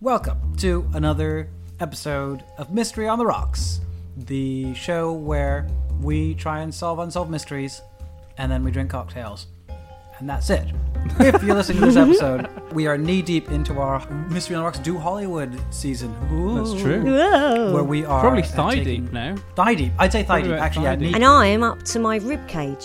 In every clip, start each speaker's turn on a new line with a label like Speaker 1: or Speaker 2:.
Speaker 1: Welcome to another episode of Mystery on the Rocks, the show where we try and solve unsolved mysteries and then we drink cocktails. And that's it. If you're listening to this episode, we are knee deep into our Mystery on the Rocks Do Hollywood season. Ooh,
Speaker 2: That's true.
Speaker 1: Where we are.
Speaker 2: Probably
Speaker 1: uh,
Speaker 2: thigh
Speaker 1: taking-
Speaker 2: deep now.
Speaker 1: Thigh deep. I'd say thigh
Speaker 2: Probably
Speaker 1: deep.
Speaker 2: about
Speaker 1: Actually,
Speaker 2: thigh
Speaker 1: yeah, knee
Speaker 2: deep.
Speaker 3: And I am up to my rib cage.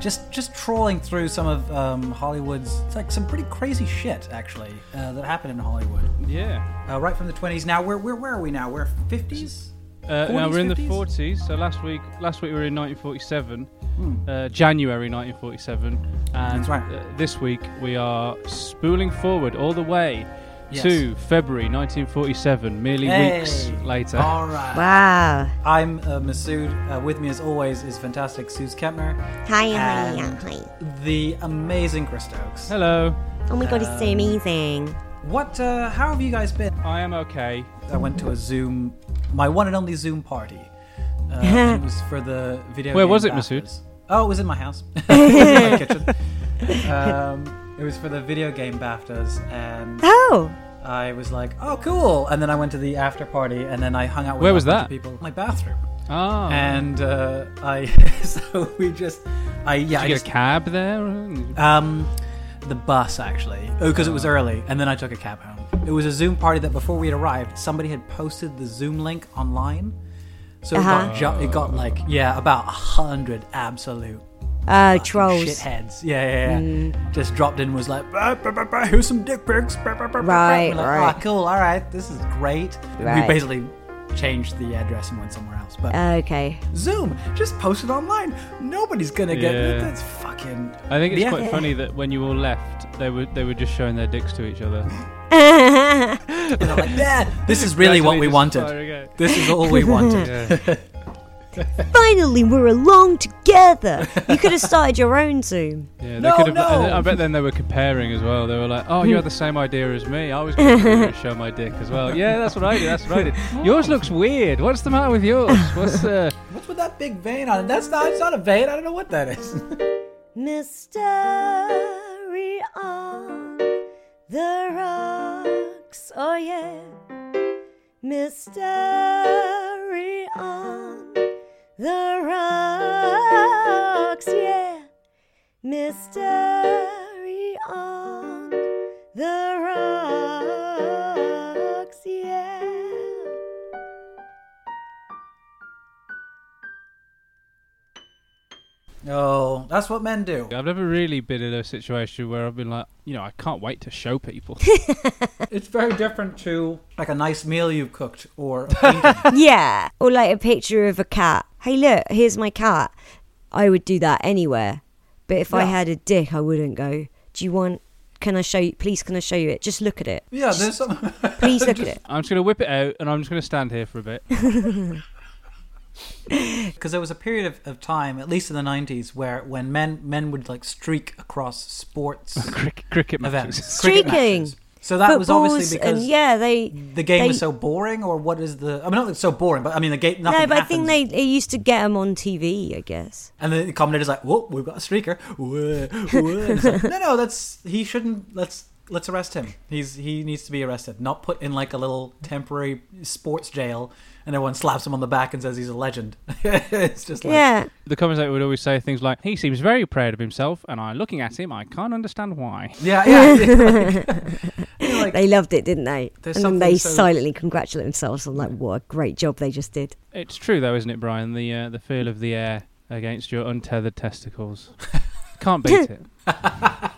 Speaker 1: just just trawling through some of um, Hollywood's it's like some pretty crazy shit actually uh, that happened in Hollywood
Speaker 2: Yeah.
Speaker 1: uh, right from the 20s now we're, we're where are we now we're 50s
Speaker 2: Uh, now
Speaker 1: 40s,
Speaker 2: we're in the
Speaker 1: 50s?
Speaker 2: 40s. So last week, last week we were in 1947, uh, January 1947, and
Speaker 1: Hmm. That's right.
Speaker 2: uh, this week we are spooling forward all the way
Speaker 1: Yes.
Speaker 2: to February 1947, merely
Speaker 1: Hey.
Speaker 2: weeks later.
Speaker 1: all right
Speaker 3: Wow.
Speaker 1: I'm uh, Masood uh, with me as always is fantastic Suze Kempner
Speaker 3: Hi, hi,
Speaker 1: And-
Speaker 3: hi.
Speaker 1: the amazing Chris Stokes
Speaker 2: Hello.
Speaker 3: Oh my god, it's so amazing.
Speaker 1: what uh, how have you guys been
Speaker 2: I am okay.
Speaker 1: I went to a Zoom my one and only Zoom party uh, it was for the video
Speaker 2: Where
Speaker 1: game
Speaker 2: was it,
Speaker 1: BAFTAs.
Speaker 2: Masood?
Speaker 1: oh it was in my house It was in my kitchen um, it was for the video game BAFTAs and
Speaker 3: Oh,
Speaker 1: I was like, "Oh, cool!" And then I went to the after party, and then I hung out with
Speaker 2: Where
Speaker 1: a
Speaker 2: was
Speaker 1: bunch of
Speaker 2: that?
Speaker 1: people. My bathroom,
Speaker 2: Ah.
Speaker 1: and uh, I so we just, I yeah, I
Speaker 2: Did you
Speaker 1: just,
Speaker 2: get a cab there? Uh,
Speaker 1: um, the bus actually, oh, because it
Speaker 2: Ah.
Speaker 1: was early, and then I took a cab home. It was a Zoom party that before we had arrived, somebody had posted the Zoom link online, so it got ju- it got like yeah, about a hundred absolute
Speaker 3: uh,
Speaker 1: fucking
Speaker 3: trolls.
Speaker 1: shitheads. Yeah, yeah, yeah.
Speaker 3: Mm.
Speaker 1: Just dropped in was like, "Bah, bah, bah, bah, here's some dick pics. Bah, bah, bah, bah, bah."
Speaker 3: Right,
Speaker 1: We're like,
Speaker 3: right.
Speaker 1: "Ah, cool. All right, this is great. We
Speaker 3: Right. Uh.
Speaker 1: basically changed the address and went somewhere else. But
Speaker 3: Okay.
Speaker 1: Zoom just posted online. Nobody's gonna get
Speaker 2: Yeah.
Speaker 1: that's fucking.
Speaker 2: I think it's
Speaker 1: Yeah.
Speaker 2: quite funny that when you all left, they were they were just showing their dicks to each other.
Speaker 1: And I'm like, yeah, this is really what we
Speaker 2: Actually, just
Speaker 1: wanted.
Speaker 2: firing out.
Speaker 1: This is all we wanted.
Speaker 3: Finally, we're along together. You could have started your own Zoom.
Speaker 2: Yeah,
Speaker 1: No,
Speaker 2: they could have,
Speaker 1: no.
Speaker 2: and then- I bet then they were comparing as well. They were like, "Oh, you had the same idea as me. I was going to show my dick as well. Yeah, that's what I did. That's what I did. Yours looks weird. What's the matter with yours? What's uh,
Speaker 1: What's with that big vein on it? That's not. It's not a vein. I don't know what that is.
Speaker 3: Mystery on the rocks. Oh, yeah. Mystery on the rocks. Yeah. Mystery on the rocks. Yeah.
Speaker 1: No, that's what men do.
Speaker 2: I've never really been in a situation where I've been like, you know, I can't wait to show people.
Speaker 1: It's very different to like a nice meal you've cooked or a painting.
Speaker 3: yeah, or like a picture of a cat. Hey, look, here's my cat. I would do that anywhere, but if I
Speaker 1: Yeah.
Speaker 3: had a dick, I wouldn't go. Do you want? Can I show you? Please, can I show you it? Just look at it.
Speaker 1: yeah, there's some.
Speaker 3: Please look at it.
Speaker 2: I'm just going to whip it out and I'm just going to stand here for a bit.
Speaker 1: because there was a period of, of time, at least in the '90s, where when men men would like streak across sports
Speaker 2: Crick, cricket
Speaker 1: events,
Speaker 2: matches.
Speaker 1: cricket
Speaker 3: Streaking.
Speaker 1: matches. So that was
Speaker 3: Footballs
Speaker 1: obviously
Speaker 3: and
Speaker 1: because Mm,
Speaker 3: yeah, they
Speaker 1: the game
Speaker 3: they,
Speaker 1: was so boring, or what is the? I mean, not that it's so boring, but I mean the game.
Speaker 3: No,
Speaker 1: Nothing
Speaker 3: but I
Speaker 1: happens.
Speaker 3: think they, they used to get them on TV. I guess.
Speaker 1: And then the commentator's like, "Whoa, we've got a streaker." Whoa, whoa. And it's like, no, no, that's he shouldn't. Let's let's arrest him. He's he needs to be arrested, not put in like a little temporary sports jail, and everyone slaps him on the back and says he's a legend. it's just like,
Speaker 3: Yeah,
Speaker 2: The commentator would always say things like, "He seems very proud of himself, and I, looking at him, I can't understand why."
Speaker 1: yeah, yeah. You're like,
Speaker 3: they loved it, didn't they?
Speaker 1: There's
Speaker 3: and then
Speaker 1: something
Speaker 3: they
Speaker 1: so-
Speaker 3: silently congratulate themselves on like what a great job they just did.
Speaker 2: It's true though, isn't it, Brian? The uh, the feel of the air against your untethered testicles. Can't beat it.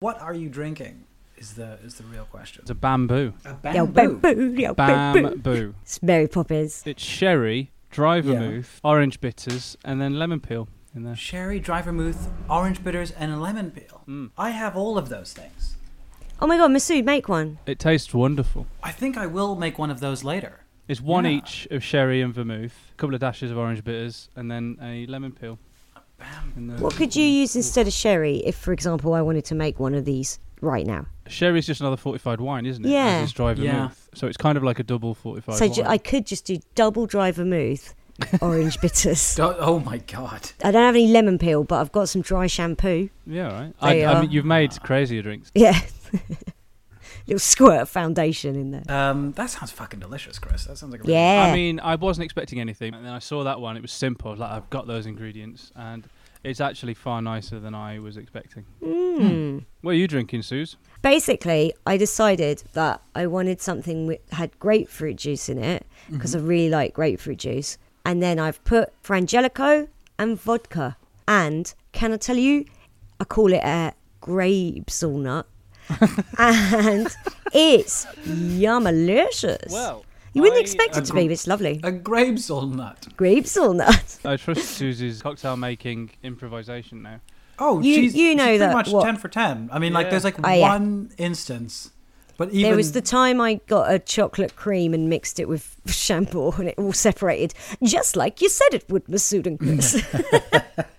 Speaker 1: What are you drinking? Is the is the real question.
Speaker 2: It's a bamboo.
Speaker 1: A
Speaker 3: Yo, boo, yo, boo, boo.
Speaker 2: Bamboo.
Speaker 3: It's Mary Poppins.
Speaker 2: It's sherry, dry
Speaker 1: Yeah.
Speaker 2: vermouth, orange bitters, and then lemon peel. in there.
Speaker 1: Sherry, dry vermouth, orange bitters, and a lemon peel.
Speaker 2: Hmm.
Speaker 1: I have all of those things.
Speaker 3: Oh my god, Masood, make one.
Speaker 2: It tastes wonderful.
Speaker 1: I think I will make one of those later.
Speaker 2: It's one
Speaker 1: Yeah.
Speaker 2: each of sherry and vermouth, a couple of dashes of orange bitters, and then a lemon peel. In there.
Speaker 3: What could you use instead of sherry if, for example, I wanted to make one of these right now?
Speaker 2: Sherry's just another fortified wine, isn't it? As
Speaker 3: Yeah.
Speaker 2: It's dry vermouth.
Speaker 1: Yeah.
Speaker 2: So it's kind of like a double fortified
Speaker 3: so
Speaker 2: wine.
Speaker 3: ju- I could just do double dry vermouth, orange bitters.
Speaker 1: Do- oh my god.
Speaker 3: I don't have any lemon peel, but I've got some dry shampoo.
Speaker 2: yeah, right.
Speaker 3: They
Speaker 2: I, I
Speaker 3: are.
Speaker 2: mean, you've made crazier drinks.
Speaker 3: Yeah. Little squirt of foundation in there.
Speaker 1: Um, that sounds fucking delicious, Chris. That sounds like a really-
Speaker 3: Yeah.
Speaker 2: I mean, I wasn't expecting anything, and then I saw that one. It was simple. I was like, I've got those ingredients, and it's actually far nicer than I was expecting.
Speaker 1: Hmm.
Speaker 3: Hmm.
Speaker 2: What are you drinking, Suze?
Speaker 3: Basically, I decided that I wanted something that had grapefruit juice in it because I really like grapefruit juice. And then I've put Frangelico and vodka. And can I tell you, I call it a grape nut. and it's yummalicious. you wouldn't
Speaker 2: I-
Speaker 3: expect it to
Speaker 1: agree.
Speaker 3: be, but it's lovely.
Speaker 1: A grapesol nut.
Speaker 3: Grape nut.
Speaker 2: I trust Suze's cocktail making improvisation now.
Speaker 1: Oh,
Speaker 3: You-
Speaker 1: she's,
Speaker 3: you know
Speaker 1: she's
Speaker 3: that-
Speaker 1: pretty much
Speaker 3: what-
Speaker 1: ten for ten. I mean, like
Speaker 2: Yeah.
Speaker 1: there's like
Speaker 3: Oh, yeah.
Speaker 1: one instance, but even
Speaker 3: There was the time I got a chocolate cream and mixed it with shampoo and it all separated, just like you said it would, Masood and Chris.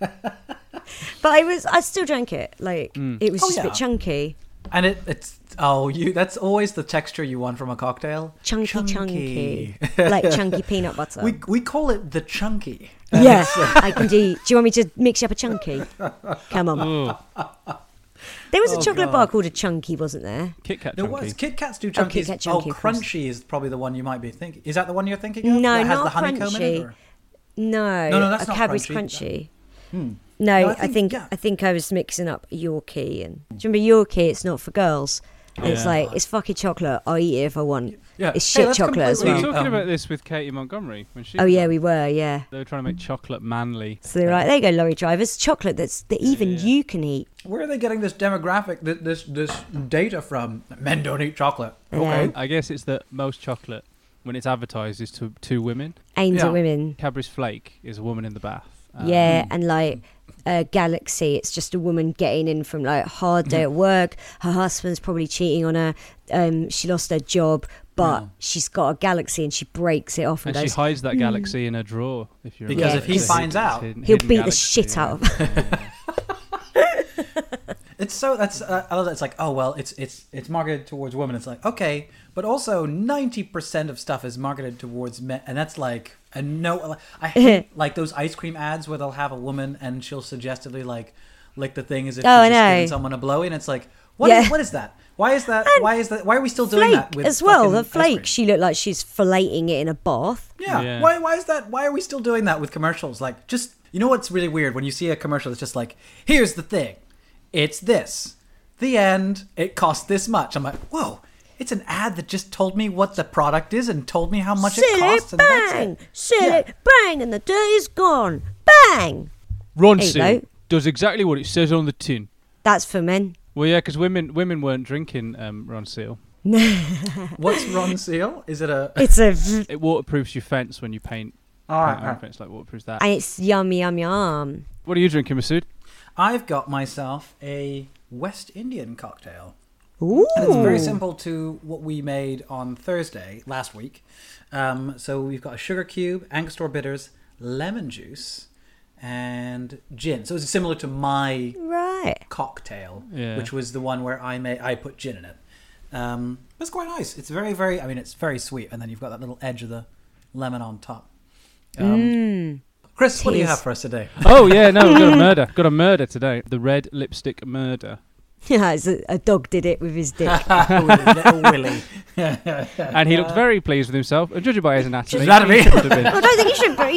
Speaker 3: but I was, I still drank it. Like it was
Speaker 1: Oh,
Speaker 3: just a
Speaker 1: yeah.
Speaker 3: bit chunky,
Speaker 1: and it, it's oh you that's always the texture you want from a cocktail.
Speaker 3: chunky, chunky, like chunky peanut butter.
Speaker 1: We we call it the chunky.
Speaker 3: yeah, I can do. Do you want me to mix you up a chunky? Come on.
Speaker 2: Oh,
Speaker 3: There was a chocolate
Speaker 1: Oh, God.
Speaker 3: bar called a chunky, wasn't there?
Speaker 2: Kit Kat
Speaker 1: There
Speaker 2: chunky.
Speaker 1: was Kit Kats do
Speaker 3: Oh,
Speaker 1: chunkies.
Speaker 3: Kit Kat chunky,
Speaker 1: oh
Speaker 3: of course.
Speaker 1: crunchy is probably the one you might be thinking. Is that the one you're thinking
Speaker 3: No,
Speaker 1: of? that has
Speaker 3: not
Speaker 1: the honeycomb in it.
Speaker 3: crunchy.
Speaker 1: or-
Speaker 3: No,
Speaker 1: No, no, that's
Speaker 3: a
Speaker 1: not
Speaker 3: Cadbury's
Speaker 1: crunchy. Hmm.
Speaker 3: crunchy. No,
Speaker 1: No, I
Speaker 3: I think I
Speaker 1: think-
Speaker 3: think,
Speaker 1: yeah.
Speaker 3: I was mixing up Yorkie and do you remember Yorkie? It's not for girls. And It's
Speaker 2: Yeah.
Speaker 3: like it's fucking chocolate. I'll eat it if I want.
Speaker 1: Yeah.
Speaker 3: It's
Speaker 1: Hey,
Speaker 3: shit
Speaker 1: that's
Speaker 3: chocolate as
Speaker 2: We were
Speaker 3: well.
Speaker 1: completely-
Speaker 2: talking
Speaker 1: Um,
Speaker 2: about this with Katie Montgomery when she.
Speaker 3: Oh yeah, we were. Yeah.
Speaker 2: They were trying to make chocolate manly.
Speaker 3: So they're like, there you go, lorry drivers. Chocolate that's that even you can eat.
Speaker 1: Where are they getting this demographic, th- this this data from? Men don't eat chocolate. Okay.
Speaker 2: I guess it's that most chocolate, when it's advertised, is to two women.
Speaker 3: Aimed
Speaker 1: Yeah.
Speaker 3: at women.
Speaker 2: Cadbury's Flake is a woman in the bath. Um,
Speaker 3: yeah, and like uh, Galaxy, it's just a woman getting in from like a hard
Speaker 1: Mm-hmm.
Speaker 3: day at work. Her husband's probably cheating on her. Um, she lost her job, but she's got a Galaxy and she breaks it off and,
Speaker 2: And she
Speaker 3: goes,
Speaker 2: hides that galaxy in a drawer. If you
Speaker 1: Because
Speaker 2: remember.
Speaker 3: if he
Speaker 2: It's a
Speaker 1: finds
Speaker 2: hidden-
Speaker 1: out,
Speaker 2: it's a hidden-
Speaker 3: Hmm. he'll
Speaker 2: hidden
Speaker 3: beat the
Speaker 2: galaxy,
Speaker 3: shit
Speaker 2: yeah.
Speaker 3: out of her.
Speaker 1: It's so that's uh, I love that. It's like oh well, it's it's it's marketed towards women. It's like okay, but also ninety percent of stuff is marketed towards men, and that's like a no. I hate like those ice cream ads where they'll have a woman and she'll suggestively like lick the thing as if
Speaker 3: Oh, I
Speaker 1: she's just giving
Speaker 3: know.
Speaker 1: someone a blow, and it's like what
Speaker 3: Yeah.
Speaker 1: is- what is that? Why is that?
Speaker 3: And
Speaker 1: why is that? Why are we still doing that
Speaker 3: flake
Speaker 1: with
Speaker 3: as well.
Speaker 1: fucking
Speaker 3: The
Speaker 1: ice cream?
Speaker 3: flake, she looked like she's filleting it in a bath.
Speaker 1: Yeah.
Speaker 2: Yeah.
Speaker 1: Why why is that why are we still doing that with commercials? Like just you know what's really weird when you see a commercial that's just like, here's the thing. It's this. The end. It costs this much. I'm like, whoa, it's an ad that just told me what the product is and told me how much
Speaker 3: Sell
Speaker 1: it costs
Speaker 3: it,
Speaker 1: and that's
Speaker 3: bang!
Speaker 1: it.
Speaker 3: Sell
Speaker 1: Yeah.
Speaker 3: it, bang! And the dirt is gone. Bang! Hey,
Speaker 2: Ronson
Speaker 3: mate.
Speaker 2: does exactly what it says on the tin.
Speaker 3: That's for men.
Speaker 2: Well, yeah, because women women weren't drinking um, Ron Seal.
Speaker 1: What's Ron Seal? Is it a
Speaker 3: It's a.
Speaker 2: It waterproofs your fence when you paint.
Speaker 1: All right,
Speaker 2: paint
Speaker 1: all
Speaker 2: on
Speaker 1: right.
Speaker 2: a fence like waterproofs that.
Speaker 3: And it's yum, yum, yum.
Speaker 2: what are you drinking, Masood?
Speaker 1: I've got myself a West Indian cocktail.
Speaker 3: Ooh.
Speaker 1: And it's very simple to what we made on Thursday last week. Um, so we've got a sugar cube, Angostura bitters, lemon juice, and gin. So it's similar to my
Speaker 3: Right.
Speaker 1: cocktail,
Speaker 2: Yeah.
Speaker 1: which was the one where I made I put gin in it. Um, it's quite nice. It's very very. I mean, it's very sweet, and then you've got that little edge of the lemon on top. Um,
Speaker 3: Mm.
Speaker 1: Chris, what do you
Speaker 3: Tis.
Speaker 1: have for us today?
Speaker 2: Oh yeah, no, we've got a murder. Got a murder today. The red lipstick murder.
Speaker 3: Yeah, it's a, a dog did it with his dick.
Speaker 1: little Willy.
Speaker 2: Um, and he looked very pleased with himself. And judging by his anatomy,
Speaker 1: That'd be-
Speaker 2: he should have been.
Speaker 3: I don't think you should be.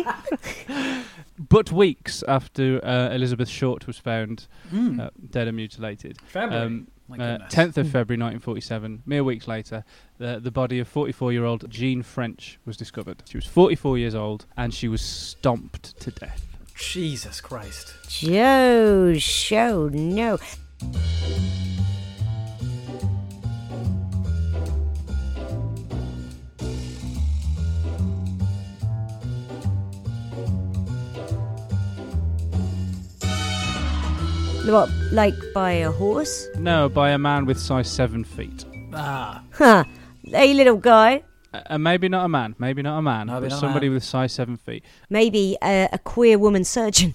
Speaker 2: But weeks after uh, Elizabeth Short was found
Speaker 1: Hmm.
Speaker 2: uh, dead and mutilated,
Speaker 1: February.
Speaker 2: um,
Speaker 1: My
Speaker 2: uh,
Speaker 1: goodness.
Speaker 2: 10th of February 1947, mere weeks later, the, the body of 44 year old Jean French was discovered. She was 44 years old and she was stomped to death.
Speaker 1: Jesus Christ.
Speaker 3: Joe, show, no. What, like by a horse?
Speaker 2: No, by a man with size seven feet.
Speaker 1: Ah,
Speaker 3: Huh. Hey, little guy.
Speaker 2: Uh, and maybe not a man, maybe not a man,
Speaker 1: Maybe
Speaker 2: but
Speaker 1: not a
Speaker 2: somebody
Speaker 1: man.
Speaker 2: with size seven feet.
Speaker 3: Maybe a, a queer woman surgeon.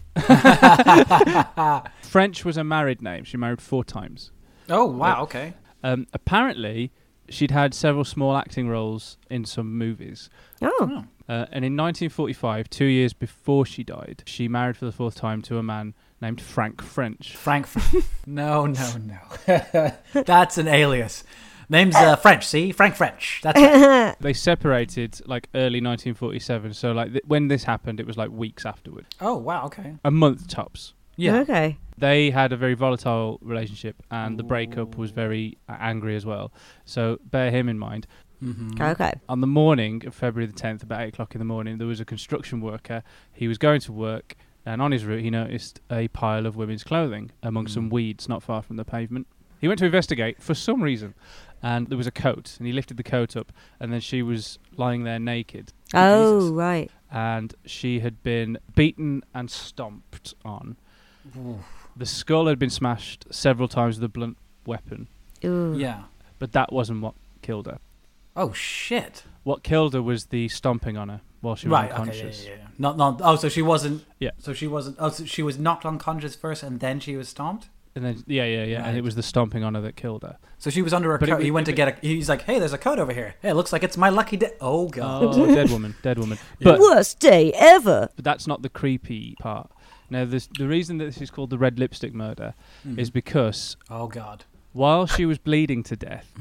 Speaker 2: French was a married name. She married four times.
Speaker 1: oh wow, okay.
Speaker 2: Um, apparently, she'd had several small acting roles in some movies.
Speaker 3: Oh.
Speaker 2: Uh, and in 1945, two years before she died, she married for the fourth time to a man named Frank French.
Speaker 1: Frank. no, no, no. That's an alias. Name's uh, French. See, Frank French. That's right.
Speaker 2: They separated like early 1947, so like th- when this happened, it was like weeks afterward,
Speaker 1: oh wow, okay.
Speaker 2: a month tops.
Speaker 1: Yeah.
Speaker 3: Okay.
Speaker 2: They had a very volatile relationship, and the breakup was very uh, angry as well. So bear him in mind.
Speaker 3: Okay.
Speaker 2: On the morning of February the 10th, about 8 o'clock in the morning, there was a construction worker. He was going to work, and on his route, he noticed a pile of women's clothing among some weeds not far from the pavement. He went to investigate for some reason, and there was a coat, and he lifted the coat up, and then she was lying there naked.
Speaker 3: Oh, right.
Speaker 2: And she had been beaten and stomped on. The skull had been smashed several times with a blunt weapon,
Speaker 3: Ooh.
Speaker 1: Yeah.
Speaker 2: but that wasn't what killed her.
Speaker 1: Oh shit.
Speaker 2: What killed her was the stomping on her while she was
Speaker 1: Right. Okay. Yeah,
Speaker 2: unconscious.
Speaker 1: yeah, yeah. Not. Not. Oh, so she wasn't.
Speaker 2: Yeah.
Speaker 1: So she wasn't. Oh, so she was knocked unconscious first, and then she was stomped.
Speaker 2: And then yeah, yeah, yeah, and
Speaker 1: Right.
Speaker 2: it was the stomping on her that killed her.
Speaker 1: So she was under a
Speaker 2: But it
Speaker 1: coat.
Speaker 2: was-
Speaker 1: He went to
Speaker 2: it-
Speaker 1: get a. He's like, "Hey, there's a coat over here. Hey, it looks like it's my lucky day." Oh god.
Speaker 2: Oh, dead woman, dead woman.
Speaker 3: The
Speaker 2: But,
Speaker 3: worst day ever.
Speaker 2: but that's not the creepy part. Now, this, the reason that this is called the red lipstick murder
Speaker 1: Mm-hmm.
Speaker 2: is because
Speaker 1: Oh god.
Speaker 2: while she was bleeding to death,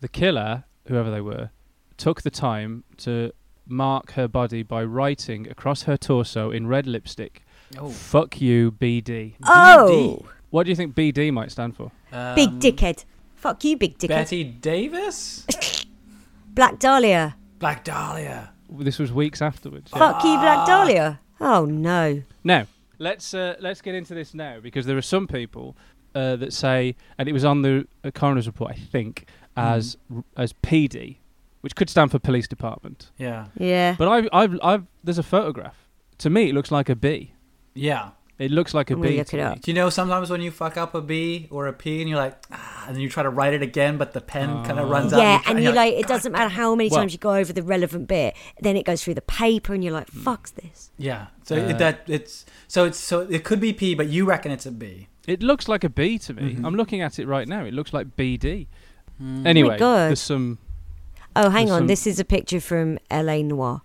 Speaker 2: the killer, whoever they were, took the time to mark her body by writing across her torso in red lipstick,
Speaker 1: Oh.
Speaker 2: "Fuck you, BD."
Speaker 3: Oh.
Speaker 2: What do you think BD might stand for?
Speaker 1: Um,
Speaker 3: Big dickhead. Fuck you, big dickhead.
Speaker 1: Betty Davis.
Speaker 3: Black Dahlia.
Speaker 1: Black Dahlia.
Speaker 2: This was weeks afterwards. yeah. Ah.
Speaker 3: Fuck you, Black Dahlia. Oh, no.
Speaker 2: Now let's uh, let's get into this now because there are some people uh, that say, and it was on the uh, coroner's report, I think, as as PD, which could stand for police department.
Speaker 1: Yeah.
Speaker 3: Yeah.
Speaker 2: But I've, I've I've there's a photograph. To me, it looks like a bee.
Speaker 1: Yeah.
Speaker 2: It looks like a
Speaker 3: I'm
Speaker 2: bee.
Speaker 3: gonna look
Speaker 2: to
Speaker 3: it
Speaker 2: me.
Speaker 3: up.
Speaker 1: Do you know sometimes when you fuck up a B or a P and you're like, ah, and then you try to write it again, but the pen kind
Speaker 2: Oh.
Speaker 1: of runs out.
Speaker 3: yeah,
Speaker 1: try-
Speaker 3: and you're like, it doesn't matter how many
Speaker 2: um, Well-
Speaker 3: times you go over the relevant bit, then it goes through the paper, and you're like,
Speaker 2: Mm.
Speaker 3: fuck's this.
Speaker 1: yeah. So it, that it's so it's so it could be P, but you reckon it's a B.
Speaker 2: It looks like a bee to me. I'm looking at it right now. It looks like BD. Anyway,
Speaker 3: God.
Speaker 2: there's some.
Speaker 3: Oh, hang
Speaker 2: There's
Speaker 3: on.
Speaker 2: some-
Speaker 3: This is a picture from L.A. Noir.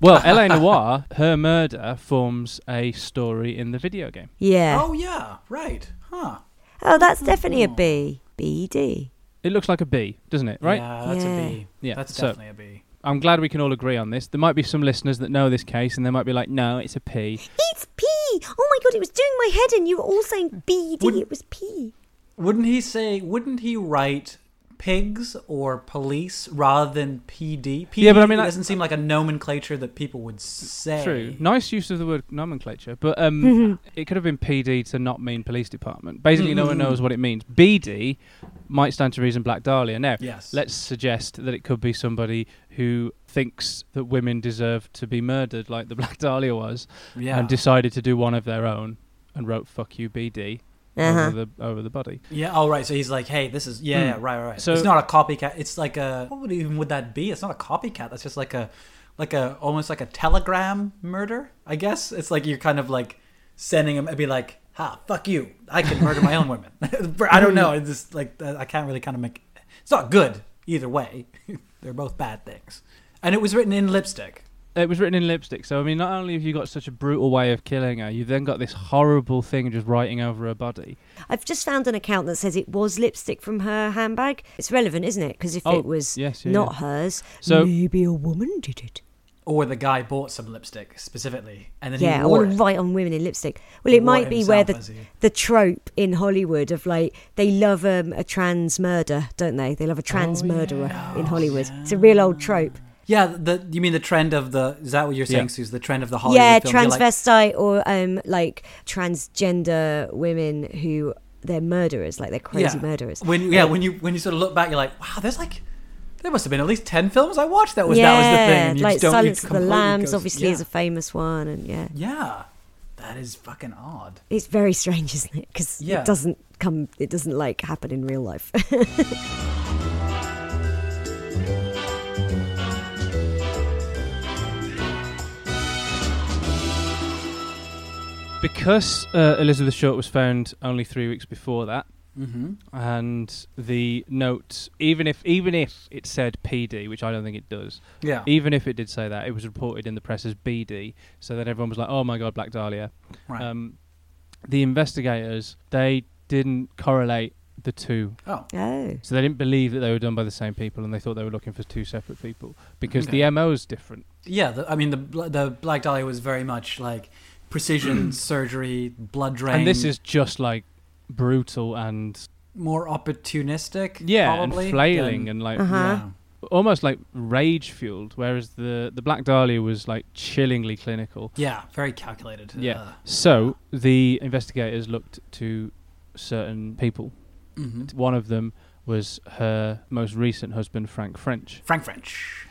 Speaker 2: Well, L.A. Noir, her murder forms a story in the video game.
Speaker 3: Yeah. Oh,
Speaker 1: Oh yeah, right, huh?
Speaker 3: that's definitely a B. B.D.
Speaker 2: It looks like a bee, doesn't it? Right?
Speaker 1: Yeah, that's a B.
Speaker 2: Yeah,
Speaker 1: that's
Speaker 2: so-
Speaker 1: definitely a B.
Speaker 2: I'm glad we can all agree on this. There might be some listeners that know this case and they might be like, no, it's a P.
Speaker 3: It's P. Oh my god, it was doing my head in. You were all saying B.D.
Speaker 1: Wouldn't-
Speaker 3: It was P.
Speaker 1: Wouldn't he say? Wouldn't he write pigs or police rather than PD? PD
Speaker 2: Yeah, but I mean, that-
Speaker 1: doesn't seem like a nomenclature that people would say.
Speaker 2: True. Nice use of the word nomenclature, but um, it could have been PD to not mean police department. Basically, no one knows what it means. BD might stand to reason Black Dahlia. Now,
Speaker 1: Yes.
Speaker 2: let's suggest that it could be somebody who thinks that women deserve to be murdered like the Black Dahlia was
Speaker 1: Yeah.
Speaker 2: and decided to do one of their own and wrote fuck you BD
Speaker 3: Uh-huh.
Speaker 2: over, the, over the body.
Speaker 1: Yeah. Oh, right. So he's like, "Hey, this is yeah, yeah right, right, right."
Speaker 2: Hmm. So-
Speaker 1: it's not a copycat. It's like a what would even would that be? It's not a copycat. That's just like a, like a almost like a telegram murder. I guess it's like you're kind of like sending him and be like, "Ha, fuck you! I can murder my own women." I don't
Speaker 2: Hmm.
Speaker 1: know. It's just like uh, I can't really kind of make. It's not good either way. They're both bad things. And it was written in lipstick.
Speaker 2: It was written in lipstick, so I mean, not only have you got such a brutal way of killing her, you've then got this horrible thing just writing over her body.
Speaker 3: I've just found an account that says it was lipstick from her handbag. It's relevant, isn't it? Because if
Speaker 2: Oh,
Speaker 3: it was
Speaker 2: yes, yeah,
Speaker 3: not
Speaker 2: yeah.
Speaker 3: hers,
Speaker 2: So-
Speaker 3: maybe a woman did it.
Speaker 1: Or the guy bought some lipstick specifically, and then
Speaker 3: Yeah,
Speaker 1: he
Speaker 3: I
Speaker 1: wore
Speaker 3: want
Speaker 1: it.
Speaker 3: to write on women in lipstick. Well, it
Speaker 1: Wore
Speaker 3: might
Speaker 1: it
Speaker 3: be where
Speaker 1: himself,
Speaker 3: the
Speaker 1: has he?
Speaker 3: the trope in Hollywood of like they love um, a trans murder, don't they? They love
Speaker 1: Oh,
Speaker 3: a trans murderer in Hollywood. It's a real old trope.
Speaker 1: Yeah, the you mean the trend of the is that what you're saying,
Speaker 2: Yeah.
Speaker 1: Suze? The trend of the Hollywood
Speaker 3: yeah,
Speaker 1: film. You're like,
Speaker 3: transvestite or um, like transgender women who they're murderers, like they're crazy murderers.
Speaker 1: When yeah, when you when you sort of look back, you're like, wow, there's like there must have been at least ten films I watched that was that was the thing. And you
Speaker 3: like
Speaker 1: just don't, you
Speaker 3: Silence of the
Speaker 1: completely
Speaker 3: Lambs,
Speaker 1: goes-
Speaker 3: obviously,
Speaker 1: yeah.
Speaker 3: is a famous one, and yeah,
Speaker 1: yeah. That is fucking odd.
Speaker 3: It's very strange, isn't it? Because
Speaker 1: Yeah.
Speaker 3: it doesn't come, it doesn't like happen in real life.
Speaker 1: Hmm.
Speaker 2: Because uh, Elizabeth Short was found only three weeks before that,
Speaker 1: Mm-hmm.
Speaker 2: and the note, even if even if it said PD, which I don't think it does,
Speaker 1: Yeah.
Speaker 2: even if it did say that, it was reported in the press as BD. So then everyone was like, "Oh my God, Black Dahlia."
Speaker 1: Right.
Speaker 2: Um, the investigators they didn't correlate the two
Speaker 1: oh.
Speaker 3: oh.
Speaker 2: So they didn't believe that they were done by the same people, and they thought they were looking for two separate people because
Speaker 1: Okay.
Speaker 2: the MO is different.
Speaker 1: Yeah. The, I mean, the bl- the Black Dahlia was very much like precision surgery, blood drain,
Speaker 2: And this is just like brutal and
Speaker 1: more opportunistic.
Speaker 2: yeah,
Speaker 1: probably,
Speaker 2: and flailing
Speaker 1: than-
Speaker 2: and like
Speaker 3: Uh-huh.
Speaker 1: yeah.
Speaker 2: almost like rage fueled. Whereas the the Black Dahlia was like chillingly clinical.
Speaker 1: Yeah, very calculated.
Speaker 2: Yeah.
Speaker 1: Uh,
Speaker 2: So the investigators looked to certain people.
Speaker 1: mhm.
Speaker 2: One of them was her most recent husband, Frank French.
Speaker 1: Frank French.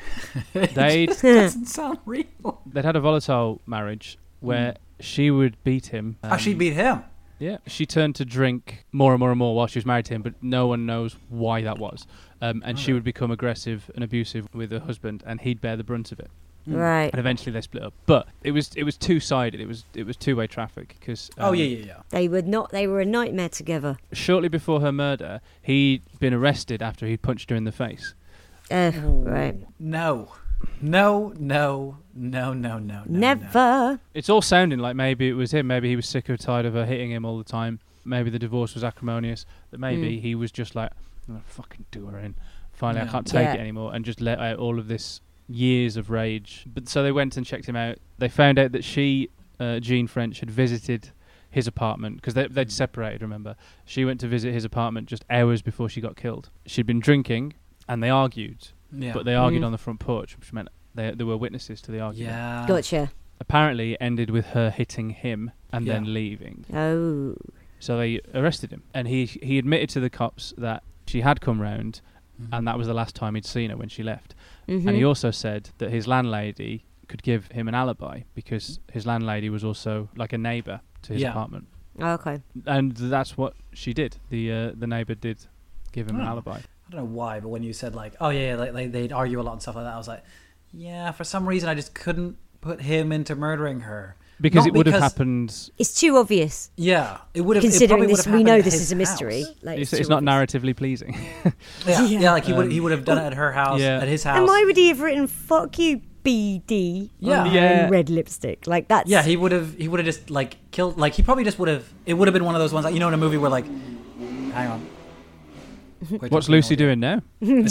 Speaker 2: They Um, would
Speaker 1: doesn't sound real.
Speaker 2: they'd had a volatile marriage where she would beat him.
Speaker 1: oh, she
Speaker 2: um,
Speaker 1: beat him.
Speaker 2: Yeah, she turned to drink more and more and more while she was married to him, but no one knows why that was. Um, and she would become aggressive and abusive with her husband, and he'd bear the brunt of it.
Speaker 3: Right.
Speaker 2: And eventually they split up. But it was it was two sided. It was it was two way traffic because
Speaker 1: oh yeah, yeah, yeah.
Speaker 3: They were not, they were a nightmare together.
Speaker 2: shortly before her murder, he'd been arrested after he punched her in the face.
Speaker 3: Ugh, right.
Speaker 1: No, no, no, no, no, no, no. Ah. No.
Speaker 3: Never.
Speaker 2: It's all sounding like maybe it was him. Maybe he was sick or tired of her hitting him all the time. Maybe the divorce was acrimonious. That maybe he was just like, I'm gonna fucking do her in. Finally,
Speaker 1: Mm. Yeah.
Speaker 2: I can't take
Speaker 3: Yeah.
Speaker 2: it anymore, and just let out all of this years of rage. But so they went and checked him out. They found out that she, uh, Jean French, had visited his apartment because they,
Speaker 1: Mm.
Speaker 2: they'd separated. Remember, she went to visit his apartment just hours before she got killed. She'd been drinking, and they argued,
Speaker 1: Yeah.
Speaker 2: but they argued
Speaker 3: Mm.
Speaker 2: on the front porch, which meant they, there were witnesses to the argument
Speaker 1: yeah.
Speaker 3: Gotcha.
Speaker 2: apparently it ended with her hitting him and
Speaker 1: Yeah.
Speaker 2: then leaving.
Speaker 3: Oh.
Speaker 2: So they arrested him, and he he admitted to the cops that she had come round,
Speaker 1: Mm-hmm.
Speaker 2: and that was the last time he'd seen her when she left. And he
Speaker 3: Mm-hmm.
Speaker 2: also said that his landlady could give him an alibi because his landlady was also like a neighbour to his
Speaker 1: Yeah.
Speaker 2: apartment,
Speaker 3: Okay.
Speaker 2: and that's what she did. The uh, the neighbour did give him an
Speaker 1: Oh.
Speaker 2: alibi.
Speaker 1: I don't know why, but when you said like, oh yeah, yeah, like, like they'd argue a lot and stuff like that, I was like, yeah. For some reason, I just couldn't put him into murdering her
Speaker 2: Because
Speaker 1: Not
Speaker 2: it would have
Speaker 1: because-
Speaker 2: happened.
Speaker 3: It's too obvious.
Speaker 1: Yeah, it would have.
Speaker 3: Considering
Speaker 1: it probably
Speaker 3: this,
Speaker 1: would have
Speaker 3: we know
Speaker 1: happened at
Speaker 3: this
Speaker 1: his
Speaker 3: is a mystery.
Speaker 1: house.
Speaker 3: Like,
Speaker 2: It's,
Speaker 3: too
Speaker 2: it's not
Speaker 3: obvious.
Speaker 2: narratively pleasing.
Speaker 1: Yeah,
Speaker 3: Yeah.
Speaker 1: yeah, like he would he would have done it at her house,
Speaker 2: Um, yeah.
Speaker 1: at his house.
Speaker 3: And why would he have written "fuck you, BD"
Speaker 1: Yeah.
Speaker 3: on her
Speaker 2: Um, Yeah.
Speaker 3: red lipstick? Like that's
Speaker 1: Yeah, he would have. He would have just like killed. Like he probably just would have. It would have been one of those ones, like you know, in a movie where like, hang on. Wait
Speaker 2: What's
Speaker 1: till we
Speaker 2: Lucy
Speaker 1: know
Speaker 2: doing now?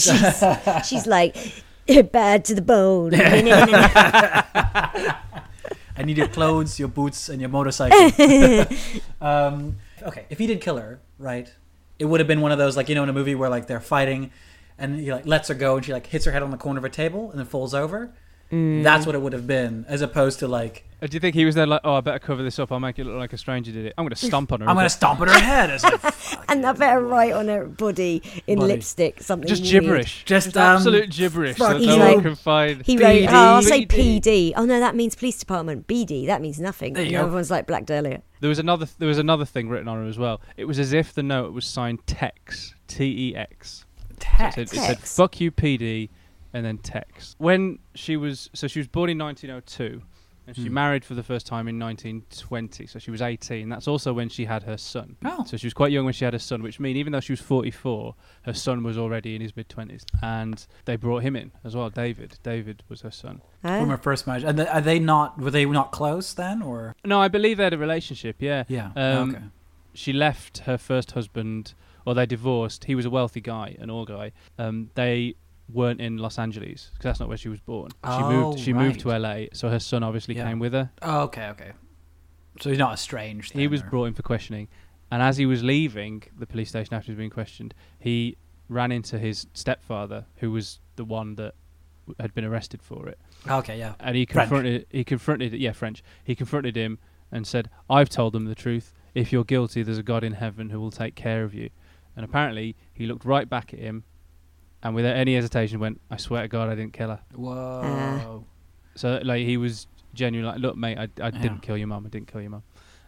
Speaker 3: she's, she's like bad to the bone. yeah,
Speaker 1: what- I need your clothes, your boots, and your motorcycle. um, okay, if he did kill her, right, it would have been one of those like you know in a movie where like they're fighting, and he like lets her go, and she like hits her head on the corner of a table, and then falls over. That's what it would have been, as opposed to like
Speaker 2: Uh, Do you think he was there like, oh, I better cover this up. I'll make it look like a stranger did it. I'm going to stomp on her.
Speaker 1: I'm
Speaker 2: and
Speaker 1: gonna stomp on her head. It's like, fuck
Speaker 3: and I
Speaker 1: it.
Speaker 3: better write on her body in
Speaker 1: Body.
Speaker 3: lipstick something.
Speaker 2: just
Speaker 3: weird.
Speaker 2: gibberish.
Speaker 1: Just,
Speaker 2: Just,
Speaker 1: um,
Speaker 2: absolute gibberish
Speaker 1: fuck
Speaker 2: that
Speaker 3: you.
Speaker 2: no
Speaker 3: Like-
Speaker 2: one can find.
Speaker 3: He wrote,
Speaker 1: BD.
Speaker 3: "Oh, I'll say
Speaker 2: BD.
Speaker 3: PD. Oh no, that means police department. BD. That means nothing."
Speaker 1: There you
Speaker 3: and
Speaker 1: go.
Speaker 3: everyone's like black dahlia.
Speaker 2: There was another. There was another thing written on her as well. It was as if the note was signed Tex, T E X. So it
Speaker 1: Tex.
Speaker 2: said, it said
Speaker 3: Tex.
Speaker 2: "fuck you, PD," and then Tex. When she was so she was born in 1902, and she married for the first time in 1920. So she was 18. That's also when she had her son.
Speaker 1: Oh.
Speaker 2: So she was quite young when she had her son, which means even though she was 44, her son was already in his mid 20s, and they brought him in as well. David. David was her son.
Speaker 3: Huh?
Speaker 1: from her first marriage. And th- are they not? Were they not close then, or
Speaker 2: No, I believe they had a relationship. Yeah. Um,
Speaker 1: okay.
Speaker 2: She left her first husband, or they divorced. He was a wealthy guy, an all guy. Um, they weren't in Los Angeles because that's not where she was born. She
Speaker 1: Oh,
Speaker 2: moved. She moved to
Speaker 1: right.
Speaker 2: LA, so her son obviously
Speaker 1: Yeah.
Speaker 2: came with her.
Speaker 1: Oh, okay, okay. So he's not estranged.
Speaker 2: He
Speaker 1: then,
Speaker 2: was
Speaker 1: or-
Speaker 2: brought in for questioning, and as he was leaving the police station after he'd been questioned, he ran into his stepfather, who was the one that w- had been arrested for it.
Speaker 1: Okay, yeah.
Speaker 2: and he
Speaker 1: French.
Speaker 2: confronted he confronted yeah French he confronted him and said I've told them the truth if you're guilty there's a god in heaven who will take care of you and apparently he looked right back at him and without any hesitation went I swear to god I didn't kill her
Speaker 1: Whoa.
Speaker 2: so like he was genuinely like, look, mate, I,
Speaker 1: Yeah.
Speaker 2: I didn't kill your mum. I didn't kill your mum.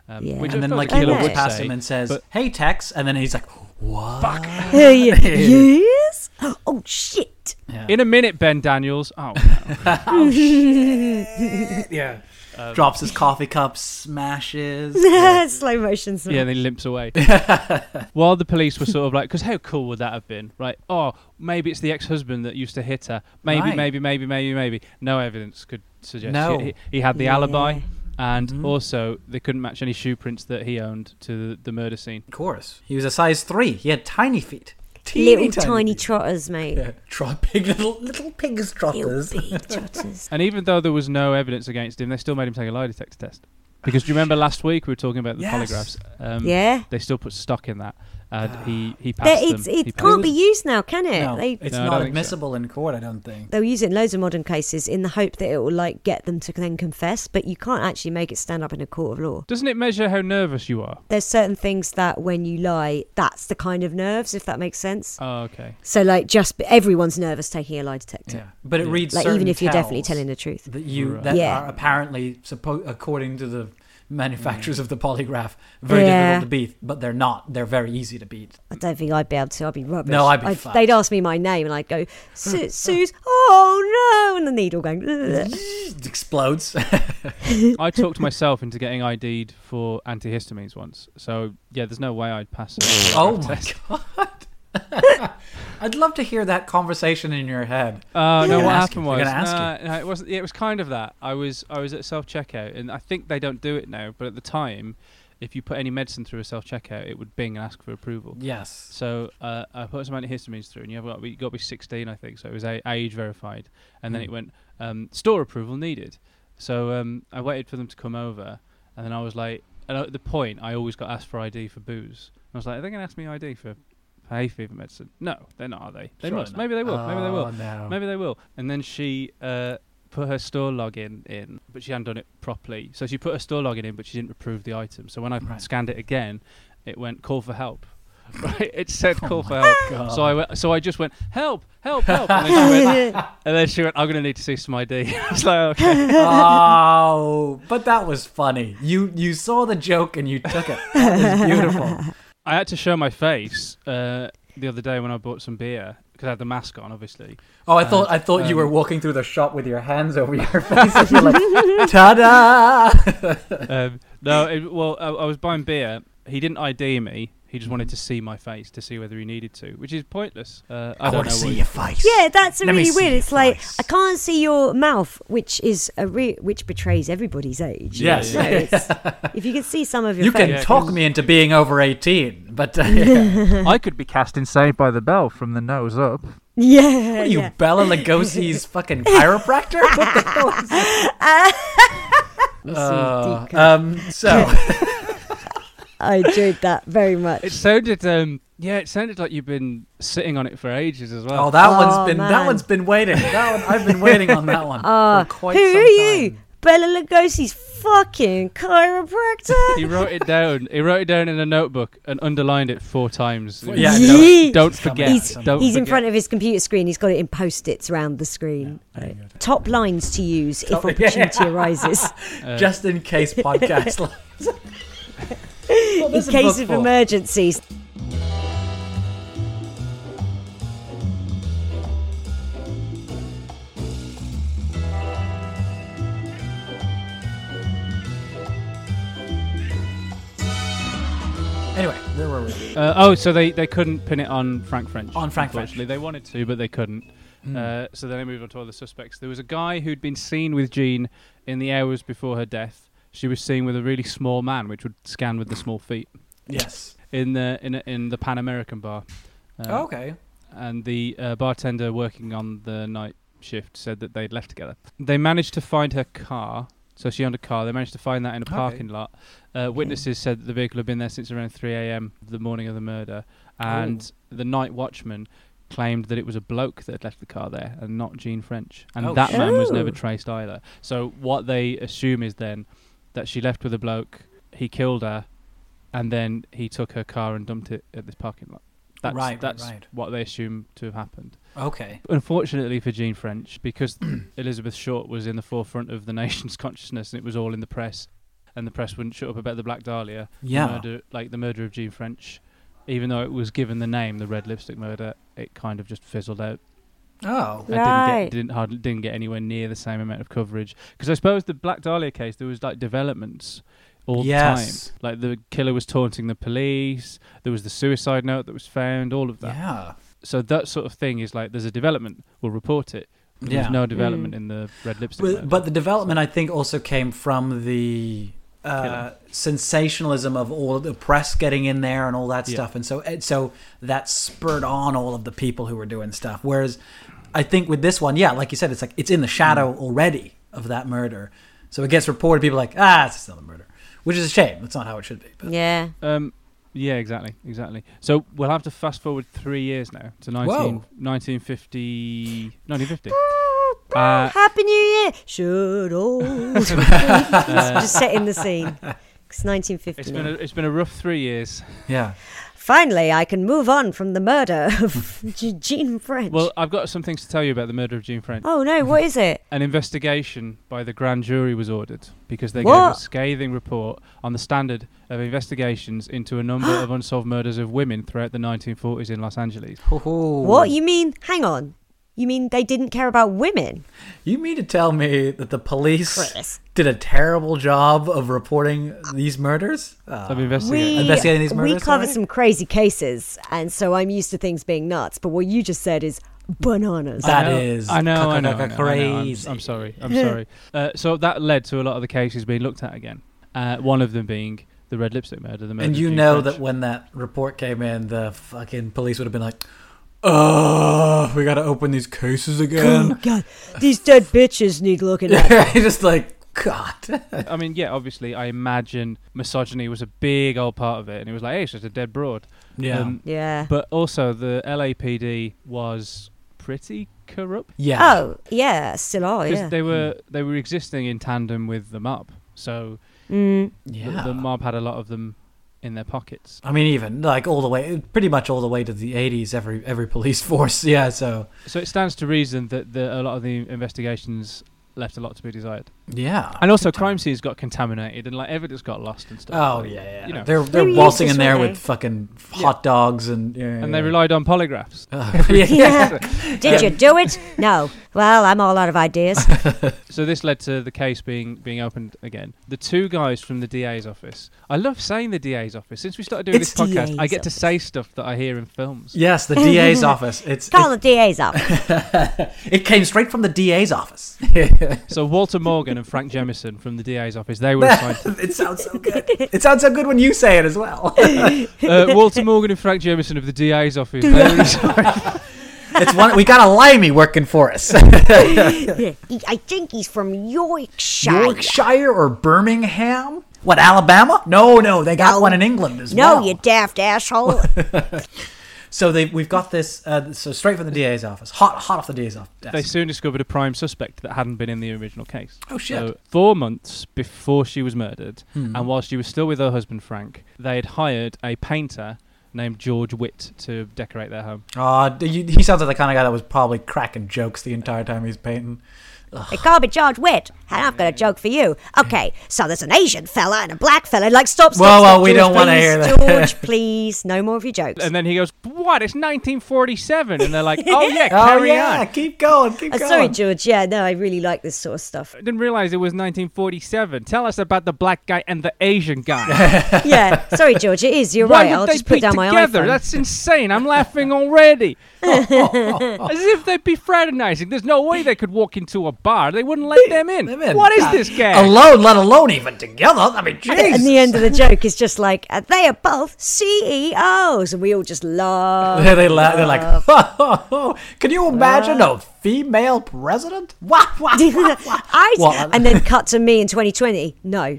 Speaker 2: Um,
Speaker 3: Yeah.
Speaker 2: Which
Speaker 1: And
Speaker 2: I
Speaker 1: then
Speaker 2: feel
Speaker 1: like
Speaker 2: a
Speaker 1: he
Speaker 2: killer
Speaker 3: know.
Speaker 1: looks
Speaker 2: would
Speaker 1: past
Speaker 2: say,
Speaker 1: him and says,
Speaker 2: but-
Speaker 1: "Hey, Tex," and then he's like, "What?"
Speaker 3: Hey, yes. Oh shit.
Speaker 1: Yeah.
Speaker 2: In a minute, Ben Daniels. Oh,
Speaker 1: yeah. Drops his coffee cup, smashes.
Speaker 3: Slow motion. smash.
Speaker 2: yeah, and then limps away. While the police were sort of like, because how cool would that have been? Right? Oh, maybe it's the ex-husband that used to hit her. Maybe,
Speaker 1: Right.
Speaker 2: maybe, maybe, maybe, maybe. No evidence could suggest.
Speaker 1: No.
Speaker 2: He, he had the
Speaker 3: Yeah.
Speaker 2: alibi, and also they couldn't match any shoe prints that he owned to the, the murder scene.
Speaker 1: Of course. He was a size three. He had tiny feet. Teeny
Speaker 3: Little tiny,
Speaker 1: feet.
Speaker 3: trotters, mate.
Speaker 1: yeah. Trot pig little little pigs
Speaker 3: Little
Speaker 1: trotters.
Speaker 3: big trotters.
Speaker 2: And even though there was no evidence against him, they still made him take a lie detector test. Because do you remember last week we were talking about the
Speaker 1: Yes.
Speaker 2: polygraphs? Um,
Speaker 3: Yeah.
Speaker 2: They still put stock in that, and he he
Speaker 3: There-
Speaker 2: passed
Speaker 3: it's,
Speaker 2: them. He
Speaker 3: it
Speaker 2: passed
Speaker 3: can't
Speaker 2: them.
Speaker 3: be used now, can it?
Speaker 1: No,
Speaker 3: They,
Speaker 1: it's
Speaker 2: No, I don't
Speaker 1: not
Speaker 2: think so.
Speaker 1: admissible in court. I don't think.
Speaker 3: they'll use it in loads of modern cases in the hope that it will like get them to then confess, but you can't actually make it stand up in a court of law.
Speaker 2: Doesn't it measure how nervous you are?
Speaker 3: There's certain things that when you lie, that's the kind of nerves, if that makes sense.
Speaker 1: Uh,
Speaker 2: Oh, okay.
Speaker 3: So like, just everyone's nervous taking a lie detector.
Speaker 1: Yeah. But it reads
Speaker 3: Like
Speaker 1: certain
Speaker 3: even if you're definitely
Speaker 1: tells
Speaker 3: telling the truth.
Speaker 1: that you
Speaker 2: Right.
Speaker 1: that
Speaker 3: Yeah.
Speaker 1: are apparently suppo- according to the manufacturers of the polygraph very
Speaker 3: Yeah.
Speaker 1: difficult to beat, but they're not. They're very easy to beat.
Speaker 3: I don't think I'd be able to. I'd be rubbish.
Speaker 1: No, I'd be fucked.
Speaker 3: They'd ask me my name, and I'd go, "Su- "Suze, oh no!" And the needle going. "Ugh."
Speaker 1: It explodes.
Speaker 2: I talked myself into getting ID'd for antihistamines once. So yeah, there's no way I'd pass. a
Speaker 1: oh
Speaker 2: drug
Speaker 1: my
Speaker 2: test.
Speaker 1: god. I'd love to hear that conversation in your head.
Speaker 2: Uh, no,
Speaker 1: They're
Speaker 2: what
Speaker 1: gonna ask
Speaker 2: happened
Speaker 1: you. They're
Speaker 2: was
Speaker 1: gonna ask
Speaker 2: nah, no, it wasn't. It was kind of that. I was I was at self checkout, and I think they don't do it now. But at the time, if you put any medicine through a self checkout, it would bing and ask for approval.
Speaker 1: Yes.
Speaker 2: So uh, I put some antihistamines through, and you have got, you got to be 16, I think. So it was a- age verified, and then it went um, store approval needed. So um, I waited for them to come over, and then I was like, and at the point, I always got asked for ID for booze. And I was like, are they going to ask me ID for for hay fever medicine? No, they're not, are they? They
Speaker 1: Surely
Speaker 2: must.
Speaker 1: not.
Speaker 2: Maybe they will. Maybe they will.
Speaker 1: Oh, no.
Speaker 2: Maybe they will. And then she uh, put her store login in, but she hadn't done it properly. So she put her store login in, but she didn't approve the item. So when I
Speaker 1: Right.
Speaker 2: scanned it again, it went call for help. Right, it said call for help.
Speaker 1: Oh God.
Speaker 2: So I went, so I just went help, help, help, and then she went, and then she went I'm gonna need to see some ID. I was like, okay,
Speaker 1: oh, but that was funny. You you saw the joke and you took it. That was beautiful.
Speaker 2: I had to show my face uh, the other day when I bought some beer because I had the mask on, obviously.
Speaker 1: Oh, I thought I thought you were walking through the shop with your hands over your face. and You're like, ta-da!
Speaker 2: um, no, it, well, I, I was buying beer. He didn't ID me. He just
Speaker 1: Mm-hmm.
Speaker 2: wanted to see my face to see whether he needed to, which is pointless. Uh, I,
Speaker 1: I, want
Speaker 2: don't know
Speaker 1: to see
Speaker 2: what-
Speaker 1: your face.
Speaker 3: Yeah, that's a
Speaker 1: Let me
Speaker 3: really
Speaker 1: see
Speaker 3: weird.
Speaker 1: your
Speaker 3: It's like
Speaker 1: face.
Speaker 3: I can't see your mouth, which is a re- which betrays everybody's age.
Speaker 1: Yes.
Speaker 3: So it's, if you can see some of your
Speaker 1: You
Speaker 3: face,
Speaker 1: can
Speaker 2: Yeah,
Speaker 1: talk
Speaker 2: 'cause-
Speaker 1: me into being over eighteen, but uh, yeah.
Speaker 2: I could be cast in Saved by the Bell from the nose up.
Speaker 3: yeah,
Speaker 1: What are you
Speaker 3: yeah.
Speaker 1: Bella Lugosi's fucking chiropractor? What the hell is that?
Speaker 3: So
Speaker 1: Uh,
Speaker 3: deep cut.
Speaker 1: um, so
Speaker 3: I enjoyed that very much.
Speaker 2: It sounded, um, yeah, it sounded like you've been sitting on it for ages as well.
Speaker 1: oh, that
Speaker 3: Oh,
Speaker 1: one's been that
Speaker 3: man.
Speaker 1: one's been waiting. That one I've been waiting on that one
Speaker 3: Ah,
Speaker 1: for quite
Speaker 3: who
Speaker 1: some
Speaker 3: are you,
Speaker 1: time.
Speaker 3: Bella Lugosi's fucking chiropractor?
Speaker 2: he wrote it down. He wrote it down in a notebook and underlined it four times.
Speaker 1: Well, yeah,
Speaker 2: don't,
Speaker 3: Yeet.
Speaker 2: don't
Speaker 1: It's coming
Speaker 2: forget.
Speaker 1: out
Speaker 3: he's
Speaker 2: don't
Speaker 3: he's in
Speaker 2: forget.
Speaker 3: front of his computer screen. He's got it in post-its round the screen. Right. Top lines to use if opportunity arises.
Speaker 1: Uh, Just in case podcast. What
Speaker 3: in
Speaker 1: is the
Speaker 3: case
Speaker 1: book
Speaker 3: of
Speaker 1: for?
Speaker 3: emergencies.
Speaker 1: Anyway, where were we?
Speaker 2: Uh, oh, so they, they couldn't pin it on Frank French.
Speaker 1: On Frank French.
Speaker 2: unfortunately. They wanted to, but they couldn't.
Speaker 1: Mm.
Speaker 2: Uh, so then they moved on to other suspects. There was a guy who'd been seen with Jean in the hours before her death. She was seen with a really small man, which would scan with the small feet,
Speaker 1: Yes.
Speaker 2: in the in, a, in the Pan American bar. Uh,
Speaker 1: okay.
Speaker 2: and the uh, bartender working on the night shift said that they'd left together. They managed to find her car, so she owned a car. They managed to find that in a
Speaker 1: Okay.
Speaker 2: parking lot. Uh, witnesses said that the vehicle had been there since around 3 a.m. the morning of the murder, and
Speaker 1: Oh.
Speaker 2: the night watchman claimed that it was a bloke that had left the car there and not Jean French, and
Speaker 1: Oh,
Speaker 2: that
Speaker 1: shit.
Speaker 2: man was
Speaker 3: Oh.
Speaker 2: never traced either. So what they assume is then that she left with a bloke, he killed her, and then he took her car and dumped it at this parking lot. That's
Speaker 1: Right, right,
Speaker 2: that's
Speaker 1: right.
Speaker 2: what they assume to have happened.
Speaker 1: Okay.
Speaker 2: Unfortunately for Jean French, because Elizabeth Short was in the forefront of the nation's consciousness and it was all in the press, and the press wouldn't shut up about the Black Dahlia, the
Speaker 1: Yeah.
Speaker 2: murder, like the murder of Jean French, even though it was given the name the Red Lipstick Murder, it kind of just fizzled out.
Speaker 1: Oh.
Speaker 2: and didn't
Speaker 3: Right.
Speaker 2: get didn't hardly didn't get anywhere near the same amount of coverage because I suppose the Black Dahlia case there was like developments all
Speaker 1: Yes.
Speaker 2: the time. Like the killer was taunting the police. There was the suicide note that was found. All of that.
Speaker 1: Yeah.
Speaker 2: So that sort of thing is like there's a development. We'll report it. But
Speaker 1: Yeah.
Speaker 2: There's no development in the red lipstick.
Speaker 1: Well,
Speaker 2: murder.
Speaker 1: But the development, I think, also came from the uh,
Speaker 2: Killing.
Speaker 1: sensationalism of all of the press getting in there and all that
Speaker 2: Yeah.
Speaker 1: stuff, and so and so that spurred on all of the people who were doing stuff. Whereas, I think with this one, yeah, like you said, it's like it's in the shadow already of that murder, so it gets reported. People are like, ah, it's just another murder, which is a shame. That's not how it should be. But
Speaker 3: Yeah.
Speaker 2: Um, yeah, exactly, exactly. So we'll have to fast forward three years now to 19,
Speaker 1: Whoa.
Speaker 2: 1950, 1950.
Speaker 3: Ah,
Speaker 2: Uh,
Speaker 3: Happy New Year! Should old. just setting the scene. It's 1950.
Speaker 2: It's
Speaker 3: now.
Speaker 2: been a, it's been a rough three years.
Speaker 1: yeah,
Speaker 3: Finally, I can move on from the murder of Je- Jean French.
Speaker 2: Well, I've got some things to tell you about the murder of Jean French.
Speaker 3: oh no, what is it?
Speaker 2: An investigation by the grand jury was ordered because they gave
Speaker 3: What?
Speaker 2: a scathing report on the standard of investigations into a number of unsolved murders of women throughout the 1940s in Los Angeles.
Speaker 3: What you mean? Hang on. You mean they didn't care about women?
Speaker 1: you mean to tell me that the police
Speaker 3: Chris.
Speaker 1: did a terrible job of reporting these murders? Uh,
Speaker 2: Of investigating.
Speaker 3: We
Speaker 1: Investigating these
Speaker 3: we
Speaker 1: murders,
Speaker 3: cover
Speaker 1: sorry?
Speaker 3: some crazy cases, and so I'm used to things being nuts. But what you just said is bananas.
Speaker 1: That
Speaker 2: I know-
Speaker 1: is
Speaker 2: I know, I know, I know, I
Speaker 1: cuckoo-cuckoo
Speaker 2: know, I know. I'm-
Speaker 1: crazy.
Speaker 2: I'm, sorry. I'm sorry. Uh, so that led to a lot of the cases being looked at again. Uh, one of them being the red lipstick murder. The murder
Speaker 1: And
Speaker 2: of
Speaker 1: you
Speaker 2: Jean
Speaker 1: know
Speaker 2: French.
Speaker 1: that when that report came in, the fucking police would have been like, "Oh, we got to open these cases
Speaker 3: oh
Speaker 1: again."
Speaker 3: god, these dead bitches need looking at.
Speaker 1: Just like God.
Speaker 2: I mean, yeah, obviously, I imagine misogyny was a big old part of it, and it was like, hey, it's just a dead broad.
Speaker 1: Yeah.
Speaker 2: Um,
Speaker 3: Yeah.
Speaker 2: But also, the LAPD was pretty corrupt
Speaker 1: yeah.
Speaker 3: oh yeah, still are.
Speaker 2: because
Speaker 3: Oh, Yeah.
Speaker 2: they were
Speaker 1: Hmm.
Speaker 2: they were existing in tandem with the mob. So
Speaker 3: Mm.
Speaker 2: the-
Speaker 1: Yeah.
Speaker 2: the, mob had a lot of them in their pockets.
Speaker 1: I mean, even like all the way, pretty much all the way to the '80s. Every every police force. Yeah. So
Speaker 2: So it stands to reason that the, a lot of the investigations left a lot to be desired,
Speaker 1: yeah.
Speaker 2: and also crime scenes got contaminated and like evidence got lost and stuff.
Speaker 1: Oh
Speaker 2: Like,
Speaker 1: yeah, yeah.
Speaker 2: you know.
Speaker 1: they're they're
Speaker 3: Maybe
Speaker 1: waltzing
Speaker 3: it's
Speaker 1: in
Speaker 3: this
Speaker 1: there
Speaker 3: way.
Speaker 1: with fucking hot dogs and yeah, Oh,
Speaker 2: and they relied on polygraphs.
Speaker 1: yeah.
Speaker 3: Yeah. Did you do it? No. Well, I'm all out of ideas.
Speaker 2: So this led to the case being being opened again. The two guys from the DA's office. I love saying the DA's office. Since we started doing
Speaker 3: It's
Speaker 2: this podcast, I
Speaker 3: DA's
Speaker 2: get to say stuff that I hear in films.
Speaker 1: Yes, the DA's office. It's
Speaker 3: Call
Speaker 1: it,
Speaker 3: the DA's up.
Speaker 1: it came straight from the DA's office.
Speaker 2: So Walter Morgan and Frank Jemison from the DA's office, they were assigned.
Speaker 1: it sounds so good. It sounds so good when you say it as well.
Speaker 2: Uh, Walter Morgan and Frank Jemison of the DA's office, they were assigned.
Speaker 1: It's one. We got a limey working for us.
Speaker 3: He- I think he's from Yorkshire.
Speaker 1: Yorkshire or Birmingham? What Alabama? No, no, they got one in England as
Speaker 3: No,
Speaker 1: well.
Speaker 3: you daft asshole.
Speaker 1: So they we've got this. Uh, so straight from the DA's office, hot, hot off the DA's office.
Speaker 2: They soon discovered a prime suspect that hadn't been in the original case.
Speaker 1: Oh, shit.
Speaker 2: So four months before she was murdered, and while she was still with her husband Frank, they had hired a painter named George Witt to decorate their home.
Speaker 1: Aw, do you- he sounds like the kind of guy that was probably cracking jokes the entire time he's painting.
Speaker 3: They call me George Witt, and I've got a joke for you. Okay, so there's an Asian fella and a black fella. Like, stop, stop,
Speaker 1: Whoa,
Speaker 3: stop,
Speaker 1: whoa, we
Speaker 3: George,
Speaker 1: don't wanna
Speaker 3: please,
Speaker 1: hear that.
Speaker 3: George, please, no more of your jokes.
Speaker 2: And then he goes, "What? It's 1947." And they're like, "Oh yeah, carry
Speaker 1: oh yeah,
Speaker 2: on."
Speaker 1: keep going, keep
Speaker 3: Uh,
Speaker 1: going.
Speaker 3: sorry, George. Yeah, no, I really like this sort of stuff.
Speaker 2: I didn't realize it was 1947. Tell us about the black guy and the Asian guy.
Speaker 3: Yeah, sorry, George. It is. You're
Speaker 2: Why
Speaker 3: right.
Speaker 2: would
Speaker 3: I'll
Speaker 2: they
Speaker 3: just put
Speaker 2: be
Speaker 3: down my
Speaker 2: together?
Speaker 3: iPhone.
Speaker 2: That's insane. I'm laughing already. As if they'd be fraternizing. There's no way they could walk into a bar. They wouldn't let them in.
Speaker 1: Them in.
Speaker 2: What is
Speaker 3: Uh,
Speaker 1: God,
Speaker 2: this guy?
Speaker 1: Alone, let alone even together. I mean, jeez.
Speaker 3: and the end of the joke is just like uh, they are both CEOs, and we all just laugh.
Speaker 1: they la- they're like, can you imagine a female president? Wah, wah, wah, wah.
Speaker 3: I,
Speaker 1: Well,
Speaker 3: and then cut to me in 2020. No.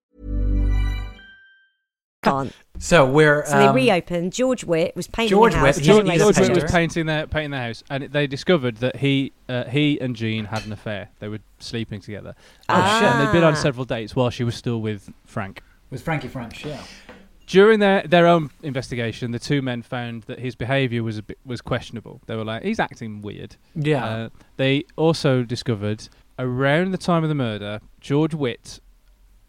Speaker 3: Can't.
Speaker 1: So we're
Speaker 3: So they
Speaker 1: um,
Speaker 3: reopened. George Witt was painting
Speaker 1: George
Speaker 3: the house.
Speaker 1: Witt-
Speaker 2: George,
Speaker 3: getting
Speaker 1: he's a
Speaker 2: George
Speaker 3: loads of
Speaker 2: Witt
Speaker 1: painter.
Speaker 2: was painting their painting their house, and it- they discovered that he uh, he and Jean had an affair. They were sleeping together.
Speaker 1: Oh,
Speaker 2: And-
Speaker 1: shit.
Speaker 2: And they'd been on several dates while she was still with Frank.
Speaker 1: with Frankie French. Yeah.
Speaker 2: During their, their own investigation, the two men found that his behaviour was a bit, was questionable. They were like, he's acting weird.
Speaker 1: Yeah.
Speaker 2: Uh, they also discovered around the time of the murder, George Witt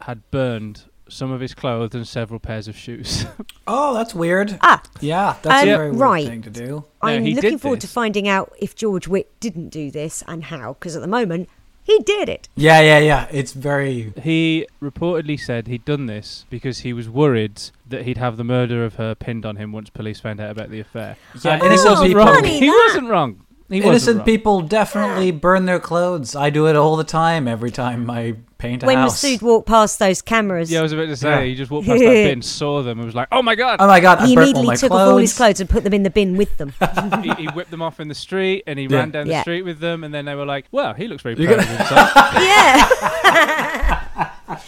Speaker 2: had burned some of his clothes and several pairs of shoes.
Speaker 1: oh, that's weird.
Speaker 3: Ah.
Speaker 1: Yeah, that's a
Speaker 3: Um,
Speaker 1: very weird
Speaker 3: right.
Speaker 1: thing to do.
Speaker 3: I'm
Speaker 2: No, he
Speaker 3: looking
Speaker 2: did
Speaker 3: forward
Speaker 2: this.
Speaker 3: to finding out if George Witt didn't do this and how, because at the moment he did it.
Speaker 1: Yeah, yeah, yeah. It's very.
Speaker 2: he reportedly said he'd done this because he was worried that he'd have the murder of her pinned on him once police found out about the affair.
Speaker 1: Yeah,
Speaker 2: And
Speaker 1: innocent
Speaker 2: he wasn't
Speaker 1: people-
Speaker 2: wrong.
Speaker 3: Funny
Speaker 2: He
Speaker 3: that.
Speaker 2: wasn't wrong. He wasn't
Speaker 1: Innocent
Speaker 2: wrong.
Speaker 1: people definitely burn their clothes. I do it all the time. Every time I paint a
Speaker 3: When
Speaker 1: house.
Speaker 3: Masood walked past those cameras,
Speaker 2: Yeah, I was about to say.
Speaker 1: Yeah.
Speaker 2: He just walked past that bin, saw them, and was like, "Oh my god!"
Speaker 1: oh my god! I
Speaker 3: he
Speaker 1: burnt all my
Speaker 3: immediately took
Speaker 1: clothes.
Speaker 3: off all his clothes and put them in the bin with them.
Speaker 2: he, he whipped them off in the street, and he
Speaker 1: Yeah.
Speaker 2: ran down the
Speaker 3: Yeah.
Speaker 2: street with them, and then they were like, "Well, he looks very
Speaker 1: You
Speaker 2: proud of himself."
Speaker 3: yeah.
Speaker 1: What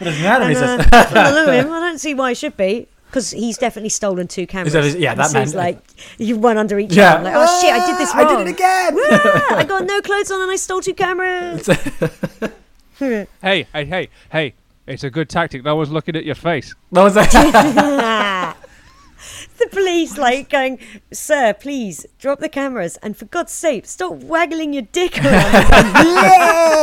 Speaker 1: does it matter? He
Speaker 3: And,
Speaker 1: says,
Speaker 3: uh, I look at him, I don't see why he should be. Because he's definitely stolen two cameras.
Speaker 1: that his- yeah, that
Speaker 3: And Sue's
Speaker 1: man-
Speaker 3: like, you one under each
Speaker 1: Yeah.
Speaker 3: arm. Like, oh shit, I did this
Speaker 1: I
Speaker 3: wrong.
Speaker 1: did it again.
Speaker 3: Ah, I got no clothes on and I stole two cameras.
Speaker 2: hey, hey, hey, hey! It's a good tactic. No one's looking at your face.
Speaker 1: What was that?
Speaker 3: the police like going, sir, please drop the cameras and for God's sake, stop waggling your dick around.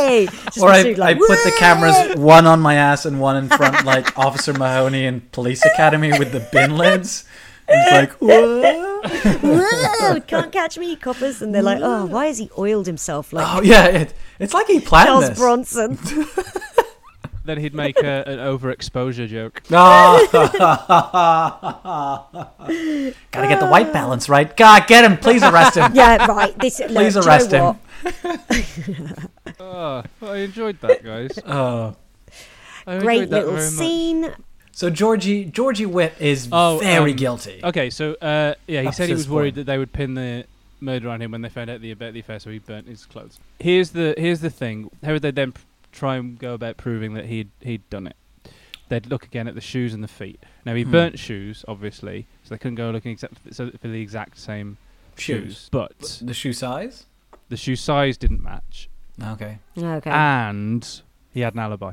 Speaker 3: Yay! Just
Speaker 1: or I, I
Speaker 3: Masood like,
Speaker 1: put the
Speaker 3: "Whoa!"
Speaker 1: cameras one on my ass and one in front, like Officer Mahoney in Police Academy with the bin lids. And it's like, Whoa.
Speaker 3: Whoa, can't catch me, coppers. And they're like, oh, why has he oiled himself like
Speaker 1: oh yeah, it, it's like he planned
Speaker 3: Charles
Speaker 1: this.
Speaker 3: Bronson?
Speaker 2: Then he'd make a, an overexposure joke.
Speaker 1: Oh. Gotta get the white balance right. God, get him! Please arrest him.
Speaker 3: yeah, right. This,
Speaker 1: Please
Speaker 3: look, do you know
Speaker 1: arrest him.
Speaker 3: what?
Speaker 2: Oh, I enjoyed that, guys.
Speaker 1: Oh.
Speaker 2: I
Speaker 3: Great
Speaker 2: enjoyed that
Speaker 3: little
Speaker 2: very much.
Speaker 3: scene.
Speaker 1: So Georgie Georgie Witt is
Speaker 2: Oh,
Speaker 1: very
Speaker 2: um,
Speaker 1: guilty.
Speaker 2: Okay, so uh, yeah, he
Speaker 1: Up
Speaker 2: said
Speaker 1: to
Speaker 2: he
Speaker 1: this
Speaker 2: was worried
Speaker 1: point.
Speaker 2: that they would pin the murder on him when they found out the about the affair, so he burnt his clothes. Here's the here's the thing: how would they then p- try and go about proving that he'd he'd done it? They'd look again at the shoes and the feet. Now he
Speaker 1: Hmm.
Speaker 2: burnt shoes, obviously, so they couldn't go looking exact so for the exact same
Speaker 1: Shoes.
Speaker 2: shoes. But
Speaker 1: The shoe size?
Speaker 2: the shoe size didn't match,
Speaker 1: Okay.
Speaker 3: Okay.
Speaker 2: and he had an alibi.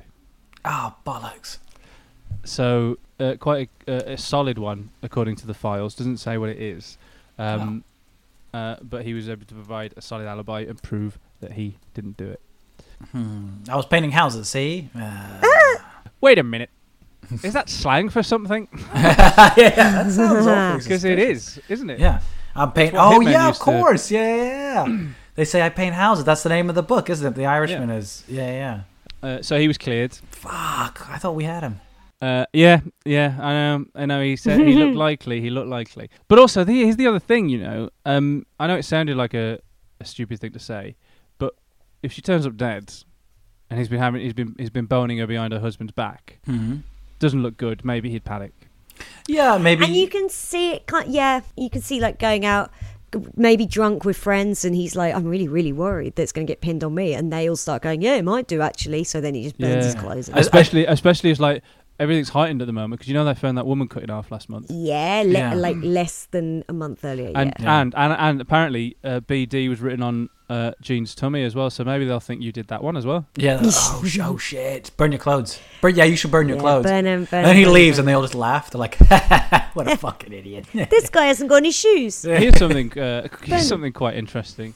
Speaker 1: Ah, bollocks.
Speaker 2: So uh, quite a, a, a solid one, according to the files. Doesn't say what it is, um, uh, but he was able to provide a solid alibi and prove that he didn't do it.
Speaker 1: Hmm. I was painting houses, see? Uh,
Speaker 3: Ah!
Speaker 2: Wait a minute, is that slang for something?
Speaker 1: yeah, that sounds awful.
Speaker 2: Because it is, isn't it?
Speaker 1: Yeah. I'm paint.
Speaker 2: what
Speaker 1: Oh
Speaker 2: hitmen
Speaker 1: yeah, of
Speaker 2: used to-
Speaker 1: course. Yeah, yeah, yeah. they say I paint houses. That's the name of the book, isn't it? The Irishman is. Yeah, yeah.
Speaker 2: Uh, so he was cleared.
Speaker 1: Fuck. I thought we had him.
Speaker 2: Uh, yeah, yeah, I know. I know. He said he looked likely. He looked likely. But also, the, here's the other thing. You know, um, I know it sounded like a, a stupid thing to say, but if she turns up dead, and he's been having, he's been, he's been boning her behind her husband's back, doesn't look good. Maybe he'd panic.
Speaker 1: Mm-hmm. Yeah, maybe.
Speaker 3: and you can see it. Can't, yeah, you can see like going out, g- maybe drunk with friends, and he's like, "I'm really, really worried that's going to get pinned on me." And they all start going, "Yeah, it might do actually." So then he just burns his
Speaker 2: Yeah.
Speaker 3: clothes.
Speaker 1: I-
Speaker 2: Especially, especially it's like everything's heightened at the moment because you know they found that woman cut in half last month,
Speaker 3: yeah, le-
Speaker 1: Yeah.
Speaker 3: like less than a month earlier.
Speaker 2: and
Speaker 3: yeah.
Speaker 1: Yeah.
Speaker 2: and and and apparently uh, BD was written on uh, Jean's tummy as well. So maybe they'll think you did that one as well.
Speaker 1: yeah. Oh, sh- oh shit. Burn your clothes. Burn. Yeah, you should burn your
Speaker 3: Yeah,
Speaker 1: clothes.
Speaker 3: burn 'em, burn
Speaker 1: and then he
Speaker 3: 'em, burn
Speaker 1: leaves,
Speaker 3: 'em.
Speaker 1: and they all just laugh. They're like, "What a fucking idiot."
Speaker 3: This guy hasn't got any shoes.
Speaker 2: here's something uh, here's something quite interesting.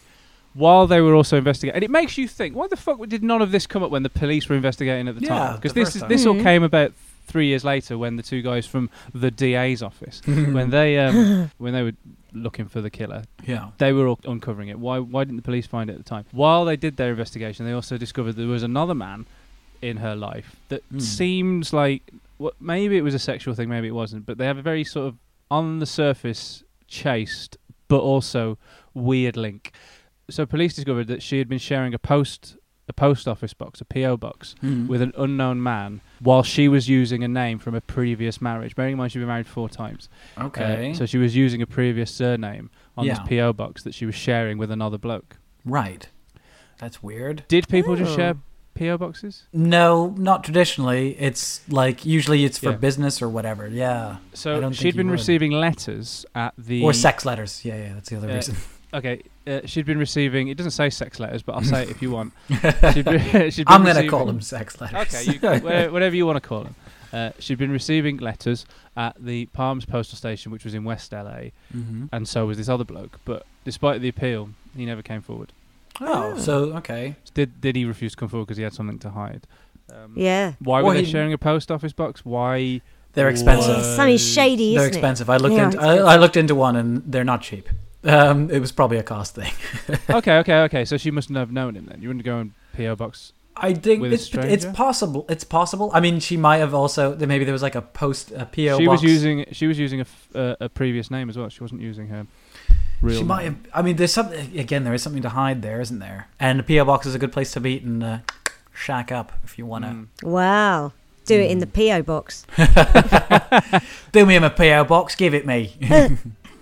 Speaker 2: While they were also investigating, and it makes you think, why the fuck did none of this come up when the police were investigating at the
Speaker 1: Yeah,
Speaker 2: time? Because
Speaker 1: the
Speaker 2: this
Speaker 1: first
Speaker 2: is
Speaker 1: time.
Speaker 2: this all came about three years later when the two guys from the DA's office, when they um, when they were looking for the killer,
Speaker 1: Yeah.
Speaker 2: they were all uncovering it. Why why didn't the police find it at the time? While they did their investigation, they also discovered there was another man in her life that
Speaker 1: Hmm.
Speaker 2: seems like what maybe it was a sexual thing, maybe it wasn't, but they have a very sort of on the surface chaste but also weird link. So police discovered that she had been sharing a post a post office box, a PO box
Speaker 1: Mm.
Speaker 2: with an unknown man while she was using a name from a previous marriage. Bearing in mind she'd been married four times. Uh,
Speaker 1: okay.
Speaker 2: so she was using a previous surname on this
Speaker 1: Yeah.
Speaker 2: PO box that she was sharing with another bloke.
Speaker 1: right. That's weird.
Speaker 2: Did people just
Speaker 3: Oh.
Speaker 2: share PO boxes?
Speaker 1: No, not traditionally. It's like usually it's for
Speaker 2: Yeah.
Speaker 1: business or whatever. Yeah. I
Speaker 2: So
Speaker 1: don't
Speaker 2: she'd
Speaker 1: think you
Speaker 2: been
Speaker 1: would.
Speaker 2: receiving letters at the
Speaker 1: Or sex letters. Yeah, yeah. That's the other
Speaker 2: Uh,
Speaker 1: reason.
Speaker 2: Okay, uh, she'd been receiving. It doesn't say sex letters, but I'll say it if you want. She'd been, she'd been
Speaker 1: I'm gonna
Speaker 2: receiving-
Speaker 1: call them sex letters.
Speaker 2: Okay, you, wha- whatever you want to call them. Uh, she'd been receiving letters at the Palms postal station, which was in West LA,
Speaker 1: hmm
Speaker 2: and so was this other bloke. But despite the appeal, he never came forward.
Speaker 1: Oh, so okay.
Speaker 2: Did did he refuse to come forward because he had something to hide? Um,
Speaker 3: Yeah.
Speaker 2: Why
Speaker 1: Well,
Speaker 2: were they
Speaker 1: he-
Speaker 2: sharing a post office box? Why?
Speaker 1: They're expensive.
Speaker 3: Yeah, something's shady,
Speaker 1: They're
Speaker 3: isn't it?
Speaker 1: expensive. I looked
Speaker 3: They are
Speaker 1: into I, I looked into one and they're not cheap. Um, it was probably a cost thing.
Speaker 2: okay, okay, okay. So she mustn't have known him then. You wouldn't go and PO box.
Speaker 1: I think
Speaker 2: With a
Speaker 1: it's, it's
Speaker 2: stranger?
Speaker 1: possible. It's possible. I mean, she might have also then maybe there was like a post a PO
Speaker 2: she
Speaker 1: box.
Speaker 2: was using she was using a, f- uh, a previous name as well. She wasn't using her real.
Speaker 1: She might have.
Speaker 2: name.
Speaker 1: I mean, there's something again. There is something to hide there, isn't there? And the PO box is a good place to meet and uh, shack up if you want to.
Speaker 2: Mm.
Speaker 3: Wow. Do it in
Speaker 1: Mm.
Speaker 3: the PO box.
Speaker 1: Do me in a PO box. Give it me.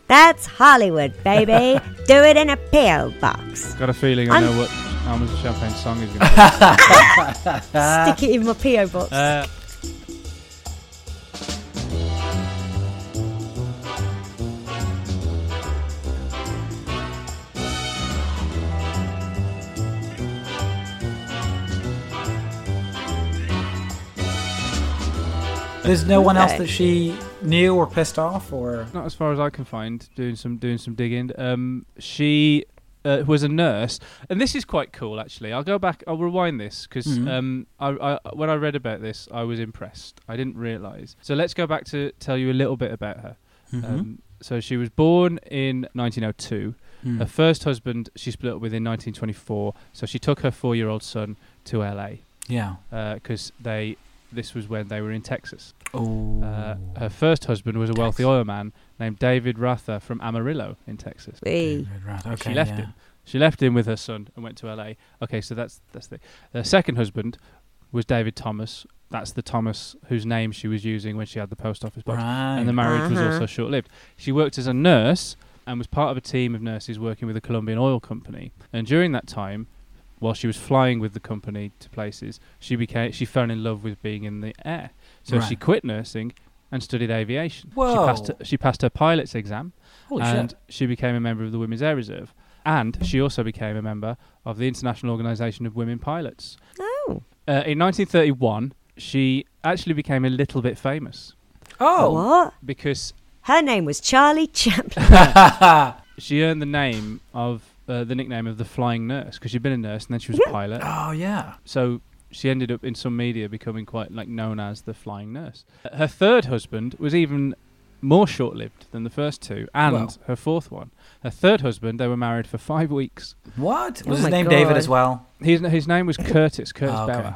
Speaker 3: That's Hollywood, baby. Do it in a PO box.
Speaker 2: Got a feeling I
Speaker 3: I'm-
Speaker 2: know what Almonds and Champagne song is. Gonna be.
Speaker 1: Ah.
Speaker 3: Stick it in my PO box.
Speaker 2: uh,
Speaker 1: there's no one else
Speaker 3: Okay.
Speaker 1: that she knew or pissed off or.
Speaker 2: not as far as I can find. Doing some doing some digging. Um, she uh, was a nurse, and this is quite cool actually. I'll go back. I'll rewind this because
Speaker 1: Mhm.
Speaker 2: um, I, I when I read about this, I was impressed. I didn't realise. So let's go back to tell you a little bit about her.
Speaker 3: Mm-hmm.
Speaker 1: Mm-hmm.
Speaker 2: Um, so she was born in 1902.
Speaker 1: Mm.
Speaker 3: Mm-hmm.
Speaker 2: Her first husband she split up with in 1924. So she took her four-year-old son to LA
Speaker 1: yeah.
Speaker 2: because they. This was when they were in Texas.
Speaker 1: Oh.
Speaker 2: Uh, her first husband was a wealthy oil man named David Rather from Amarillo in Texas.
Speaker 3: we.
Speaker 1: right. Okay.
Speaker 2: she left
Speaker 1: yeah.
Speaker 2: him. She left him with her son and went to LA. Okay, so that's that's the. Her second husband was David Thomas. That's the Thomas whose name she was using when she had the post office box
Speaker 1: Right.
Speaker 2: and the marriage was
Speaker 3: Uh-huh.
Speaker 2: also short lived. She worked as a nurse and was part of a team of nurses working with a Colombian oil company. And during that time, while she was flying with the company to places, she became she fell in love with being in the air. So she
Speaker 1: Right.
Speaker 2: quit nursing and studied aviation. She
Speaker 1: Whoa.
Speaker 2: passed her, she passed her pilot's exam
Speaker 1: Holy
Speaker 2: and
Speaker 1: shit.
Speaker 2: she became a member of the Women's Air Reserve. And she also became a member of the International Organization of Women Pilots.
Speaker 3: Oh.
Speaker 2: Uh, in 1931, she actually became a little bit famous
Speaker 1: Oh.
Speaker 3: What?
Speaker 2: because
Speaker 3: Her name was Charlie Chaplin.
Speaker 2: she earned the name of uh, the nickname of the flying nurse because she'd been a nurse and then she was a pilot.
Speaker 1: Oh yeah.
Speaker 2: So she ended up in some media becoming quite like known as the flying nurse. Uh, Her third husband was even more short-lived than the first two, and
Speaker 1: Wow.
Speaker 2: her fourth one. Her third husband, they were married for five weeks.
Speaker 1: What
Speaker 3: Oh
Speaker 1: was
Speaker 3: my
Speaker 1: his name? David
Speaker 3: God.
Speaker 1: as well.
Speaker 2: His his name was Curtis Curtis
Speaker 1: Oh, okay.
Speaker 2: Bauer.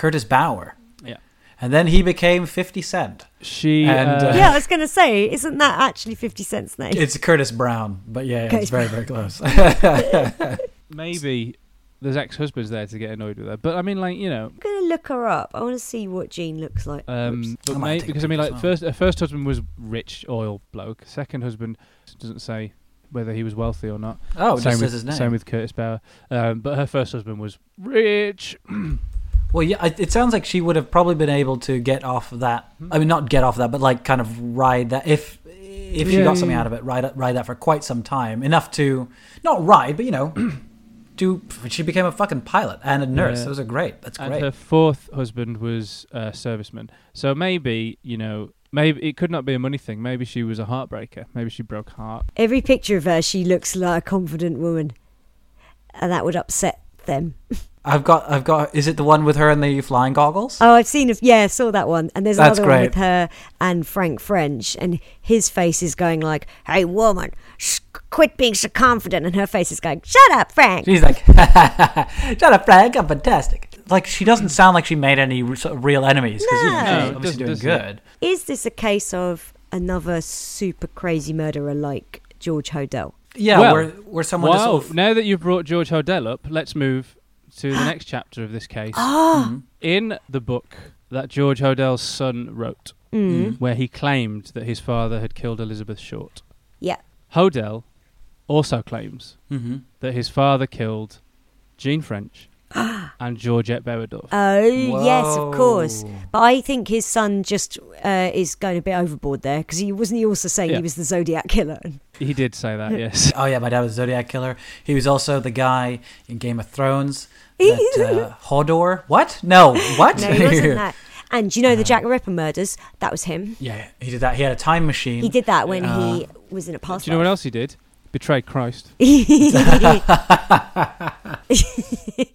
Speaker 1: Curtis Bauer.
Speaker 2: Yeah.
Speaker 1: And then he became 50 Cent.
Speaker 2: She
Speaker 1: And,
Speaker 2: uh,
Speaker 1: uh,
Speaker 3: yeah, I was going to say, isn't that actually 50 Cent's name?
Speaker 1: It's Curtis Brown, but yeah, yeah, it's very, very close.
Speaker 2: maybe there's ex-husbands there to get annoyed with her, but I mean, like you know,
Speaker 3: I'm going to look her up. I want to see what Jean looks like.
Speaker 2: Um,
Speaker 3: Oops.
Speaker 2: but
Speaker 1: I might
Speaker 2: mate-
Speaker 1: take a
Speaker 2: because I mean,
Speaker 1: picture
Speaker 2: like
Speaker 1: as well.
Speaker 2: first, her first husband was rich oil bloke. Second husband doesn't say whether he was wealthy or not.
Speaker 1: oh, it
Speaker 2: same
Speaker 1: just
Speaker 2: with
Speaker 1: says his name.
Speaker 2: same with Curtis Bauer. Um, but her first husband was rich.
Speaker 1: well, yeah, I- it sounds like she would have probably been able to get off of that. I mean, not get off that, but like kind of ride that if if she
Speaker 2: Yeah,
Speaker 1: got
Speaker 2: yeah,
Speaker 1: something
Speaker 2: yeah.
Speaker 1: out of it, ride ride that for quite some time, enough to not ride, but you know, do. She became a fucking pilot and a nurse.
Speaker 2: Yeah.
Speaker 1: Those are great. That's
Speaker 2: and
Speaker 1: great.
Speaker 2: her fourth husband was a serviceman. So maybe you know, maybe it could not be a money thing. Maybe she was a heartbreaker. Maybe she broke heart.
Speaker 3: Every picture of her, she looks like a confident woman. And that would upset them.
Speaker 1: I've got, I've got. Is it the one with her and the flying goggles?
Speaker 3: Oh, I've seen. A, yeah, I saw that one. And there's
Speaker 1: That's
Speaker 3: another one
Speaker 1: great.
Speaker 3: with her and Frank French, and his face is going like, "Hey, woman, sh- quit being so confident," and her face is going, "Shut up, Frank."
Speaker 1: She's like, shut up, Frank. I'm fantastic. Like she doesn't
Speaker 2: Hmm.
Speaker 1: sound like she made any r- sort of real enemies because you know,
Speaker 3: No.
Speaker 1: she's
Speaker 3: No,
Speaker 2: it
Speaker 1: obviously doing
Speaker 2: doesn't, doesn't
Speaker 1: good.
Speaker 2: it?
Speaker 3: Is this a case of another super crazy murderer like George Hodel?
Speaker 1: Yeah,
Speaker 2: Well,
Speaker 1: where where someone just
Speaker 2: wow.
Speaker 1: sort of-
Speaker 2: Now that you've brought George Hodel up, let's move to the next chapter of this case.
Speaker 1: Ah.
Speaker 2: In the book that George Hodel's son wrote,
Speaker 3: Hmm.
Speaker 2: where he claimed that his father had killed Elizabeth Short,
Speaker 3: Yeah.
Speaker 2: Hodel also claims
Speaker 1: Mhm.
Speaker 2: that his father killed Jean French and Georgette Beredorf.
Speaker 3: Oh yes, of course.
Speaker 1: Whoa.
Speaker 3: But I think his son just uh, is going a bit overboard there because he wasn't he also saying
Speaker 2: Yeah.
Speaker 3: he was the Zodiac killer.
Speaker 2: he did say that, yes.
Speaker 1: Oh yeah, my dad was a Zodiac killer. He was also the guy in Game of Thrones. That, uh, Hodor? What? No. What?
Speaker 3: No, he wasn't that. And you know the Jack the Ripper murders? That was him.
Speaker 1: Yeah, he did that. He had a time machine.
Speaker 3: He did that when he was in a past.
Speaker 2: uh, Do you know what
Speaker 3: life.
Speaker 2: else he did? Betrayed Christ.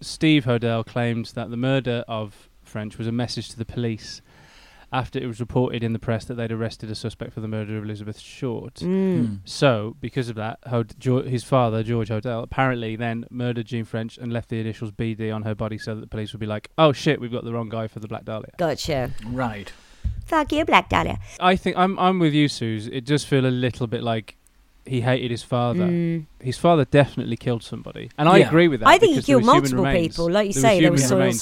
Speaker 2: Steve Hodel claimed that the murder of French was a message to the police after it was reported in the press that they'd arrested a suspect for the murder of Elizabeth Short.
Speaker 3: Mm.
Speaker 2: Hmm.
Speaker 1: Hmm,
Speaker 2: So, because of that, Hod- Geo- his father, George Hodel, apparently then murdered Jean French and left the initials BD on her body so that the police would be like, oh shit, we've got the wrong guy for the Black Dahlia.
Speaker 3: Gotcha.
Speaker 1: Right.
Speaker 3: Fuck you, Black Dahlia.
Speaker 2: I think I'm I'm with you, Suze. It does feel a little bit like he hated his father. His father definitely killed somebody, and I
Speaker 1: Yeah.
Speaker 2: agree with that.
Speaker 3: Mm. I think he
Speaker 2: because there
Speaker 3: killed
Speaker 2: was human
Speaker 3: multiple
Speaker 2: remains-
Speaker 3: people. Like you
Speaker 2: there was
Speaker 3: say, there
Speaker 2: human
Speaker 3: were soil
Speaker 2: remains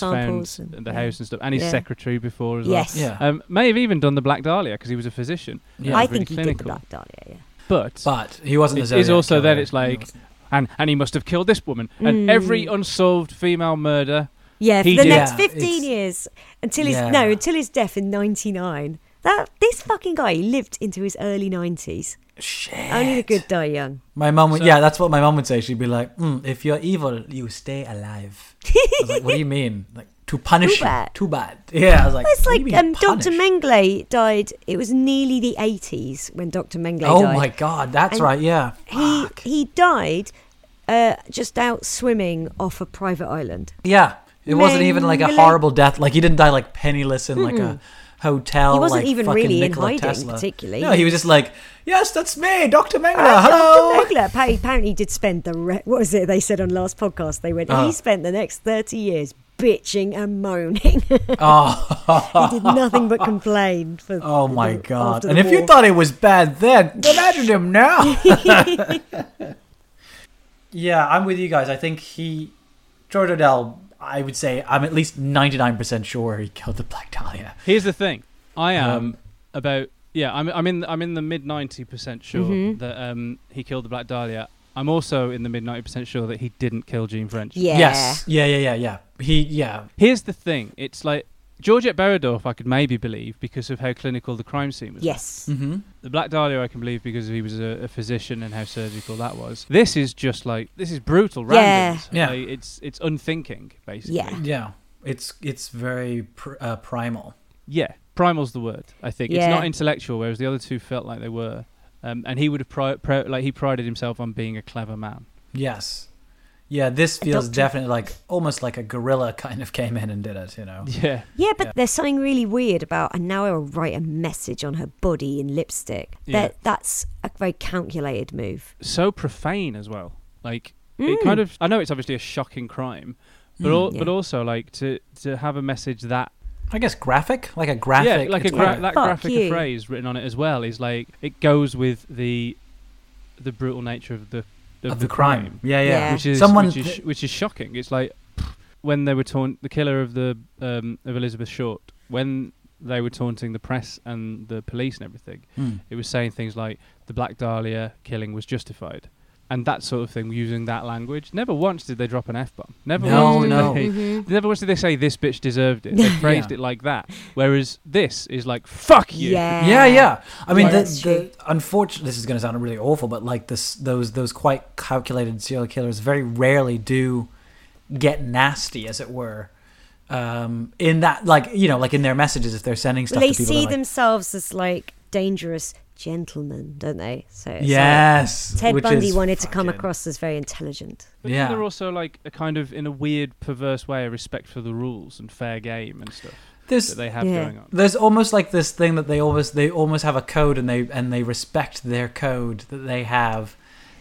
Speaker 3: samples
Speaker 2: found
Speaker 3: and-
Speaker 2: at the
Speaker 3: yeah.
Speaker 2: house and stuff, and his
Speaker 3: Yeah.
Speaker 2: secretary before as
Speaker 3: Yes.
Speaker 1: Yeah.
Speaker 2: well. Um, may have even done the Black Dahlia because he was a physician.
Speaker 1: Yeah.
Speaker 3: I
Speaker 2: really
Speaker 3: think he did the
Speaker 2: clinical.
Speaker 3: Black Dahlia. Yeah.
Speaker 2: But,
Speaker 1: But he wasn't the
Speaker 2: it
Speaker 1: Zodiac
Speaker 2: is also
Speaker 1: killer.
Speaker 2: then it's like, and and he must have killed this woman,
Speaker 3: Mm.
Speaker 2: and every unsolved female murder.
Speaker 3: Yeah, for
Speaker 2: He
Speaker 3: the
Speaker 2: did.
Speaker 3: next
Speaker 1: Yeah,
Speaker 3: 15
Speaker 1: it's-
Speaker 3: years until his
Speaker 1: Yeah.
Speaker 3: no, until his death in 99. That this fucking guy he lived into his early 90s.
Speaker 1: Shit.
Speaker 3: Only the good die young.
Speaker 1: My mom would, yeah, that's what my mom would say. She'd be like, mm, "If you're evil, you stay alive." I was like, "What do you mean? Like to punish
Speaker 3: Too
Speaker 1: you?
Speaker 3: bad.
Speaker 1: Too bad." Yeah, I was like,
Speaker 3: It's
Speaker 1: "What do
Speaker 3: like
Speaker 1: you mean
Speaker 3: um, Dr.
Speaker 1: punish?"
Speaker 3: Mengele died. It was nearly the 80s when Dr. Mengele
Speaker 1: Oh
Speaker 3: died.
Speaker 1: my god, that's
Speaker 3: And
Speaker 1: right. Yeah,
Speaker 3: He
Speaker 1: Fuck.
Speaker 3: he died uh, just out swimming off a private island.
Speaker 1: yeah. It wasn't even like a
Speaker 3: Mengele.
Speaker 1: horrible death. Like he didn't die like penniless in like a hotel.
Speaker 3: He wasn't
Speaker 1: like,
Speaker 3: even
Speaker 1: fucking
Speaker 3: really in
Speaker 1: Nikola
Speaker 3: hiding,
Speaker 1: Tesla.
Speaker 3: particularly.
Speaker 1: No, he was just like, "Yes, that's me, Dr. Mengele.
Speaker 3: Dr.
Speaker 1: Hello."
Speaker 3: Mengele appa- apparently did spend the re- what was it they said on last podcast? They went
Speaker 1: Uh.
Speaker 3: he spent the next 30 years bitching and moaning. he did nothing but complain for
Speaker 1: Oh
Speaker 3: the-
Speaker 1: my
Speaker 3: the-
Speaker 1: god!
Speaker 3: after
Speaker 1: And
Speaker 3: the
Speaker 1: if you
Speaker 3: war.
Speaker 1: thought it was bad then, imagine him now. yeah, I'm with you guys. I think he, George Odell. I would say I'm at least 99% sure he killed the Black Dahlia.
Speaker 2: Here's the thing. I am
Speaker 1: Um,
Speaker 2: about yeah. I'm I'm in I'm in the mid ninety percent sure
Speaker 3: Mm-hmm.
Speaker 2: that um he killed the Black Dahlia. I'm also in the mid ninety percent sure that he didn't kill Jean French.
Speaker 3: yeah.
Speaker 1: Yes. Yeah, yeah, yeah, yeah. He, yeah,
Speaker 2: Here's the thing. It's like Georgette Beredorf I could maybe believe because of how clinical the crime scene was.
Speaker 3: Yes.
Speaker 2: The Black Dahlia I can believe because he was a, a physician and how surgical that was. This is just like this is brutal
Speaker 3: Yeah.
Speaker 2: random.
Speaker 1: Yeah.
Speaker 2: Like, it's it's unthinking basically.
Speaker 3: Yeah.
Speaker 1: yeah. It's it's very pr- uh, primal.
Speaker 2: Yeah, primal's the word. I think it's
Speaker 3: Yeah.
Speaker 2: not intellectual, whereas the other two felt like they were. Um, and he would have pri- pri- like he prided himself on being a clever man.
Speaker 1: Yes. Yeah, this feels
Speaker 3: doctor-
Speaker 1: definitely like almost like a gorilla kind of came in and did it, you know.
Speaker 2: Yeah,
Speaker 3: Yeah, but there's something really weird about and now I'll write a message on her body in lipstick.
Speaker 2: Yeah.
Speaker 3: That that's a very calculated move.
Speaker 2: so profane as well. Like it kind of. I know it's obviously a shocking crime, but al-
Speaker 3: Mm. yeah.
Speaker 2: but also like to to have a message that
Speaker 1: Hmm. I guess graphic, like a graphic.
Speaker 2: yeah, like a
Speaker 1: it's
Speaker 2: gra-
Speaker 1: like-
Speaker 2: that
Speaker 3: Fuck
Speaker 2: graphic
Speaker 3: you.
Speaker 2: phrase written on it as well is like it goes with the the brutal nature of the of,
Speaker 1: of the crime. Yeah, yeah.
Speaker 3: Yeah.
Speaker 2: which is
Speaker 1: Someone
Speaker 2: which is, sh- which is shocking. It's like pfft, when they were taunt the killer of the um, of Elizabeth Short when they were taunting the press and the police and everything.
Speaker 1: Hmm.
Speaker 2: It was saying things like the Black Dahlia killing was justified. And that sort of thing, using that language. Never once did they drop an f bomb. Never
Speaker 1: No,
Speaker 2: once did
Speaker 1: no.
Speaker 3: Mm-hmm.
Speaker 2: they. Never once did they say this bitch deserved it. They phrased it like that. Whereas this is like fuck you.
Speaker 3: Yeah.
Speaker 1: Yeah, yeah. I mean,
Speaker 3: Yeah,
Speaker 1: the,
Speaker 3: that's
Speaker 1: the
Speaker 3: true.
Speaker 1: unfortunately, this is going to sound really awful, but like this, those those quite calculated serial killers very rarely do get nasty, as it were. Um, in that, like you know, like in their messages, if they're sending stuff,
Speaker 3: They
Speaker 1: to people,
Speaker 3: see
Speaker 1: they're like,
Speaker 3: themselves as like dangerous gentleman, don't they? So it's like-
Speaker 1: yes.
Speaker 3: Ted
Speaker 1: which
Speaker 3: Bundy
Speaker 1: is
Speaker 3: wanted to come
Speaker 1: fucking-
Speaker 3: across as very intelligent.
Speaker 2: But
Speaker 1: Yeah.
Speaker 2: yeah. they're also like a kind of, in a weird, perverse way, a respect for the rules and fair game and stuff that
Speaker 1: There's
Speaker 2: they have
Speaker 3: Yeah.
Speaker 2: going on.
Speaker 1: there's almost like this thing that they almost they almost have a code and they and they respect their code that they have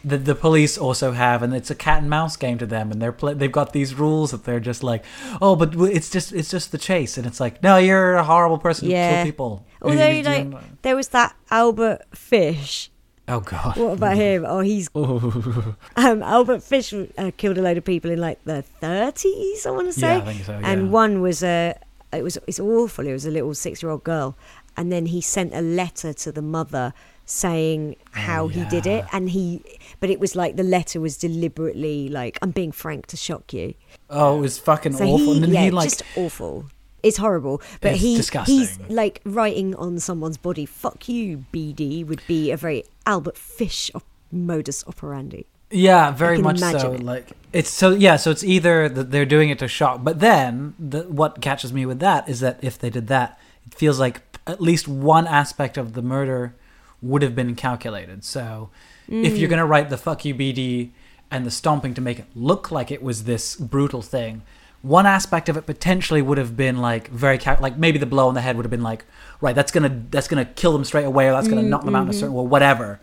Speaker 1: that the police also have and it's a cat and mouse game to them and they're play, they've got these rules that they're just like oh but w- it's just it's just the chase and it's like no you're a horrible person who
Speaker 3: Yeah.
Speaker 1: kill people
Speaker 3: Although
Speaker 1: You-
Speaker 3: you
Speaker 1: you-
Speaker 3: know, there was that Albert Fish.
Speaker 1: oh god
Speaker 3: What about him? Oh, he's
Speaker 1: Oh.
Speaker 3: um, Albert Fish uh, killed a load of people in like the 30s. I want to say.
Speaker 1: Yeah, I think so, yeah.
Speaker 3: And one was a. It was. It's awful. It was a little six-year-old girl, and then he sent a letter to the mother saying
Speaker 1: Oh,
Speaker 3: how he did it, and he. But it was like the letter was deliberately like I'm being frank to shock you.
Speaker 1: oh it was fucking
Speaker 3: So
Speaker 1: awful
Speaker 3: he,
Speaker 1: and then
Speaker 3: yeah,
Speaker 1: he like
Speaker 3: just awful. It's horrible, but
Speaker 1: It's
Speaker 3: he he's
Speaker 1: disgusting.
Speaker 3: like writing on someone's body. Fuck you, BD would be a very Albert Fish of modus operandi.
Speaker 1: Yeah, very
Speaker 3: can
Speaker 1: much so.
Speaker 3: imagine it.
Speaker 1: Like it's so yeah, so it's either that they're doing it to shock, but then the, what catches me with that is that if they did that, it feels like at least one aspect of the murder would have been calculated. So if you're gonna write the fuck you BD and the stomping to make it look like it was this brutal thing, one aspect of it potentially would have been like very cal- like maybe the blow on the head would have been like right that's gonna that's gonna kill them straight away or that's gonna knock them out in a certain or whatever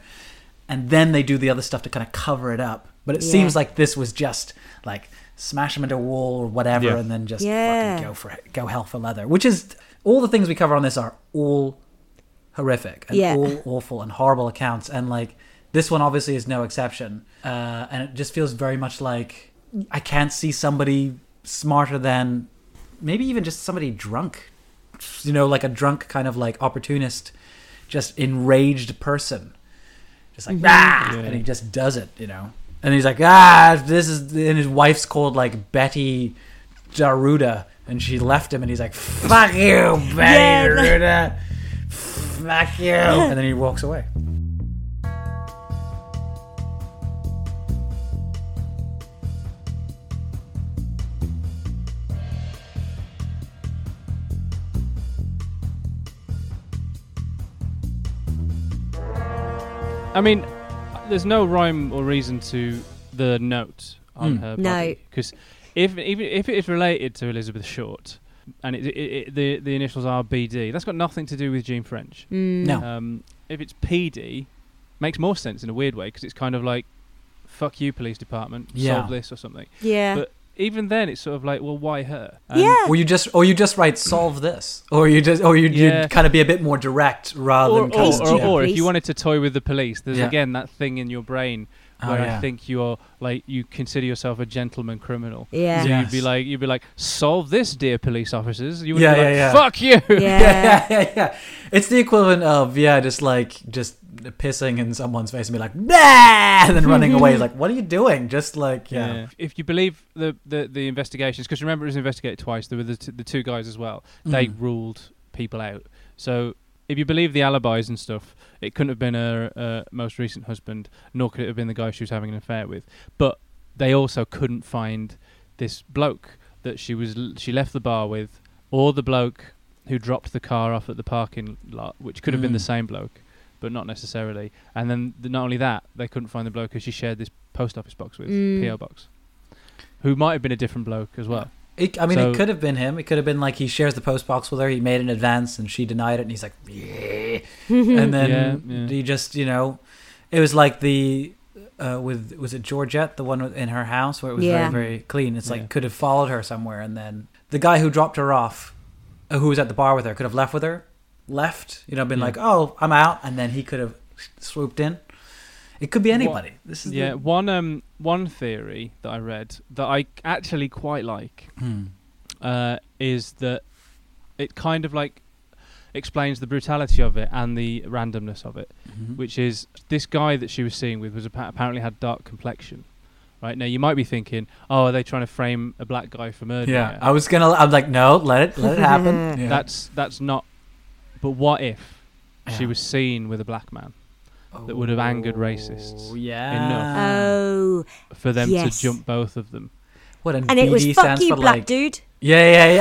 Speaker 1: and then they do the other stuff to kind of cover it up. But it
Speaker 3: Yeah.
Speaker 1: seems like this was just like smash them into a wall or whatever,
Speaker 4: Yeah.
Speaker 1: and then just
Speaker 3: Yeah.
Speaker 1: fucking go for it, go hell for leather. Which is all the things we cover on this are all horrific and
Speaker 3: Yeah.
Speaker 1: all awful and horrible accounts, and like this one obviously is no exception. Uh, and it just feels very much like I can't see somebody smarter than maybe even just somebody drunk, you know, like a drunk kind of like opportunist, just enraged person just
Speaker 2: Mm-hmm.
Speaker 1: like ah, and he just does it, you know. And he's like ah, this is and his wife's called like Betty Daruda, and she left him, and he's like fuck you, Betty
Speaker 3: Yeah.
Speaker 1: Daruda, fuck you, and then he walks away.
Speaker 2: I mean, there's no rhyme or reason to the note on
Speaker 1: Hmm.
Speaker 2: her
Speaker 3: No.
Speaker 2: body because if even if it is related to Elizabeth Short and it, it, it, the the initials are BD, that's got nothing to do with Jean French.
Speaker 1: No,
Speaker 2: Um, if it's PD, makes more sense in a weird way because it's kind of like, "Fuck you, police department,
Speaker 1: Yeah.
Speaker 2: solve this" or something.
Speaker 3: Yeah.
Speaker 2: But even then, it's sort of like, "Well, why her?"
Speaker 1: um,
Speaker 3: yeah.
Speaker 1: or you just or you just write solve this, or you just or you
Speaker 2: Yeah.
Speaker 1: you kind of be a bit more direct rather
Speaker 2: Or,
Speaker 1: than
Speaker 2: or,
Speaker 1: kind
Speaker 3: Please
Speaker 1: of,
Speaker 3: do.
Speaker 2: or,
Speaker 1: yeah.
Speaker 2: or if
Speaker 3: Please.
Speaker 2: you wanted to toy with the police, there's
Speaker 1: Yeah.
Speaker 2: again that thing in your brain
Speaker 1: Oh,
Speaker 2: where
Speaker 1: yeah.
Speaker 2: I think you're like you consider yourself a gentleman criminal.
Speaker 3: Yeah.
Speaker 2: So
Speaker 1: Yeah.
Speaker 2: you'd be like, you'd be like, solve this, dear police officers. You would
Speaker 1: Yeah,
Speaker 2: be like,
Speaker 1: yeah, yeah.
Speaker 2: fuck you.
Speaker 3: Yeah.
Speaker 1: yeah, yeah, yeah. It's the equivalent of yeah, just like just pissing in someone's face and be like, bah! and then running away. It's like, what are you doing? Just like yeah,
Speaker 2: If- If you believe the the, the investigations, because remember it was investigated twice. There were the, t- the two guys as well. They
Speaker 1: Mm.
Speaker 2: ruled people out. So if you believe the alibis and stuff, it couldn't have been her uh, most recent husband, nor could it have been the guy she was having an affair with. But they also couldn't find this bloke that she was l- she left the bar with, or the bloke who dropped the car off at the parking lot, which could have been the
Speaker 1: Mm.
Speaker 2: same bloke. But not necessarily, and then th- not only that, they couldn't find the bloke who she shared this post office box with,
Speaker 3: Mm.
Speaker 2: PO box who might have been a different bloke as well.
Speaker 1: It, I mean,
Speaker 2: So-
Speaker 1: it could have been him. It could have been like he shares the post box with her. He made an advance and she denied it, and he's like, yeah. and then
Speaker 2: Yeah, yeah.
Speaker 1: he just, you know, it was like the uh, with was it Georgette, the one in her house where it was
Speaker 3: Yeah.
Speaker 1: very very clean. It's like
Speaker 2: Yeah.
Speaker 1: could have followed her somewhere, and then the guy who dropped her off, uh, who was at the bar with her, could have left with her, left, you know, been
Speaker 2: Yeah.
Speaker 1: like, oh, I'm out, and then he could have swooped in. It could be anybody. This is
Speaker 2: Yeah,
Speaker 1: the,
Speaker 2: one um one theory that I read that I actually quite like
Speaker 1: hmm.
Speaker 2: uh, is that it kind of like explains the brutality of it and the randomness of it, which is this guy that she was seeing with was appa- apparently had dark complexion. Right now, you might be thinking, "Oh, are they trying to frame a black guy for murder?"
Speaker 1: yeah.
Speaker 2: here?
Speaker 1: I was gonna. I'm like, no, let it let it happen. Yeah.
Speaker 2: that's that's not. But what if she
Speaker 1: Yeah.
Speaker 2: was seen with a black man? that would have angered racists
Speaker 1: Oh, Yeah.
Speaker 3: oh.
Speaker 2: for them
Speaker 3: Yes.
Speaker 2: to jump both of them.
Speaker 1: What an
Speaker 3: And it was
Speaker 1: BD
Speaker 3: fuck
Speaker 1: stands
Speaker 3: you,
Speaker 1: for
Speaker 3: black
Speaker 1: like
Speaker 3: dude.
Speaker 1: yeah yeah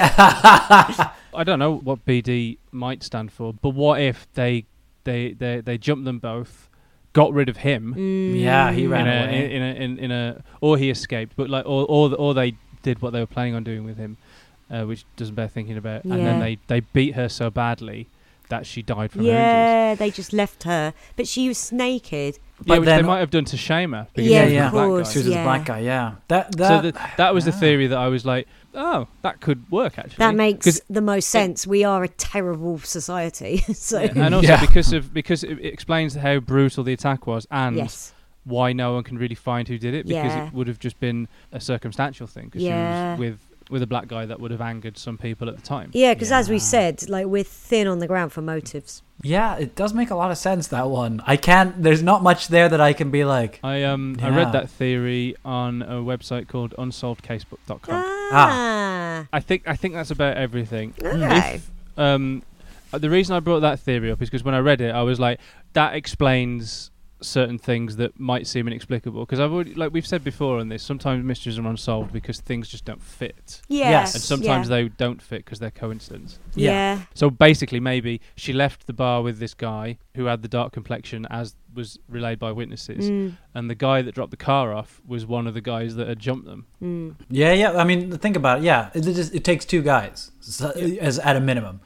Speaker 1: yeah
Speaker 2: I don't know what BD might stand for, but what if they They they they jumped them both, got rid of him
Speaker 1: Mm. Yeah,
Speaker 3: Mm.
Speaker 1: he
Speaker 2: in
Speaker 1: ran
Speaker 2: a,
Speaker 1: away.
Speaker 2: in, a, in, in a or he escaped, but like or or, or they did what they were planning on doing with him, uh, which doesn't bear thinking about. And
Speaker 3: Yeah.
Speaker 2: then they they beat her so badly that she died from her injuries.
Speaker 3: yeah, they just left her, but she was naked.
Speaker 2: Yeah,
Speaker 1: But
Speaker 2: which they
Speaker 1: then-
Speaker 2: might have done to shame her. because
Speaker 3: Yeah,
Speaker 2: she was
Speaker 1: of
Speaker 2: a black guy.
Speaker 3: course,
Speaker 1: she was
Speaker 3: Yeah.
Speaker 1: this black guy. Yeah, that that.
Speaker 2: So that that was the
Speaker 1: Ah.
Speaker 2: theory that I was like, oh, that could work actually.
Speaker 3: That makes
Speaker 2: 'Cause-
Speaker 3: the most sense. We are a terrible society. so,
Speaker 2: yeah, and also
Speaker 1: Yeah.
Speaker 2: because of because it, it explains how brutal the attack was and
Speaker 3: yes.
Speaker 2: why no one can really find who did it because
Speaker 3: Yeah.
Speaker 2: it would have just been a circumstantial thing because
Speaker 3: Yeah.
Speaker 2: she was with with a black guy that would have angered some people at the time.
Speaker 3: Yeah, because as we
Speaker 1: Yeah.
Speaker 3: said, like we're thin on the ground for motives.
Speaker 1: yeah, it does make a lot of sense. That one. I can't. There's not much there that I can be like.
Speaker 2: I um I
Speaker 1: Yeah.
Speaker 2: read that theory on a website called unsolvedcasebook.com.
Speaker 3: Ah.
Speaker 2: I think I think that's about everything.
Speaker 3: Okay.
Speaker 2: If, um, uh, the reason I brought that theory up is because when I read it, I was like, that explains certain things that might seem inexplicable. Because I've already, like we've said before on this, sometimes mysteries are unsolved because things just don't fit,
Speaker 3: Yes.
Speaker 1: Yes.
Speaker 2: and sometimes they don't fit because they're coincidence.
Speaker 3: Yeah.
Speaker 1: Yeah.
Speaker 3: yeah.
Speaker 2: So basically, maybe she left the bar with this guy who had the dark complexion, as was relayed by witnesses,
Speaker 3: Mm,
Speaker 2: and the guy that dropped the car off was one of the guys that had jumped them.
Speaker 3: mm.
Speaker 1: Yeah, yeah. I mean, think about it. Yeah, it, it just it takes two guys so, as at a minimum.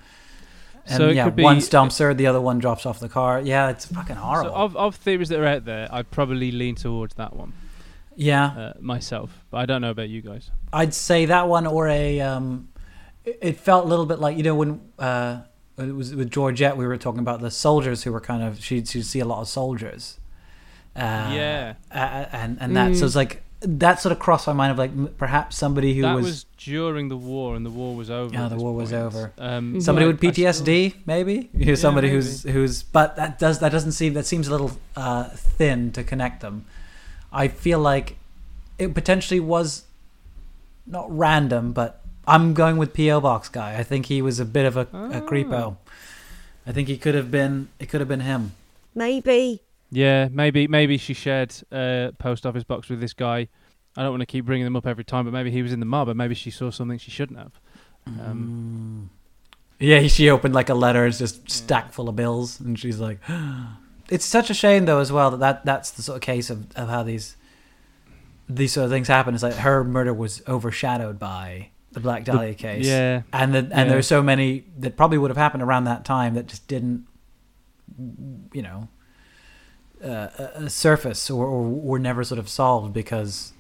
Speaker 1: And
Speaker 2: So it
Speaker 1: yeah,
Speaker 2: could be-
Speaker 1: one stumps her, the other one drops off the car. Yeah, it's fucking horrible.
Speaker 2: So of, of theories that are out there, I'd probably lean towards that one.
Speaker 1: yeah,
Speaker 2: uh, myself, but I don't know about you guys.
Speaker 1: I'd say that one or a. Um, it it felt a little bit like you know when uh, it was with Georgette we were talking about the soldiers who were kind of she'd, she'd see a lot of soldiers. Uh,
Speaker 2: Yeah. Mm.
Speaker 1: a- a- and and that so it's like that sort of crossed my mind of like m- perhaps somebody who
Speaker 2: that
Speaker 1: was,
Speaker 2: was, during the war, and the war was over.
Speaker 1: Yeah,
Speaker 2: at
Speaker 1: the
Speaker 2: this
Speaker 1: war was
Speaker 2: point.
Speaker 1: over.
Speaker 2: Um,
Speaker 1: somebody
Speaker 2: but
Speaker 1: with
Speaker 2: I still-
Speaker 1: PTSD, maybe. You know, somebody who's who's. But that does that doesn't seem that seems a little uh, thin to connect them. I feel like it potentially was not random, but I'm going with PO Box guy. I think he was a bit of a, a creepo. I think he could have been. It could have been him.
Speaker 3: Maybe.
Speaker 2: Yeah, maybe maybe she shared a post office box with this guy. I don't want to keep bringing them up every time, but maybe he was in the mob, and maybe she saw something she shouldn't have.
Speaker 1: Mm.
Speaker 2: Um,
Speaker 1: Yeah, she opened like a letter. It's just stack full of bills, and she's like, "It's such a shame, though, as well that, that that's the sort of case of, of how these these sort of things happen. It's like her murder was overshadowed by the Black Dahlia case,
Speaker 2: yeah.
Speaker 1: and the, and
Speaker 2: Yeah.
Speaker 1: there were so many that probably would have happened around that time that just didn't, you know, uh, uh, surface or, or were never sort of solved because,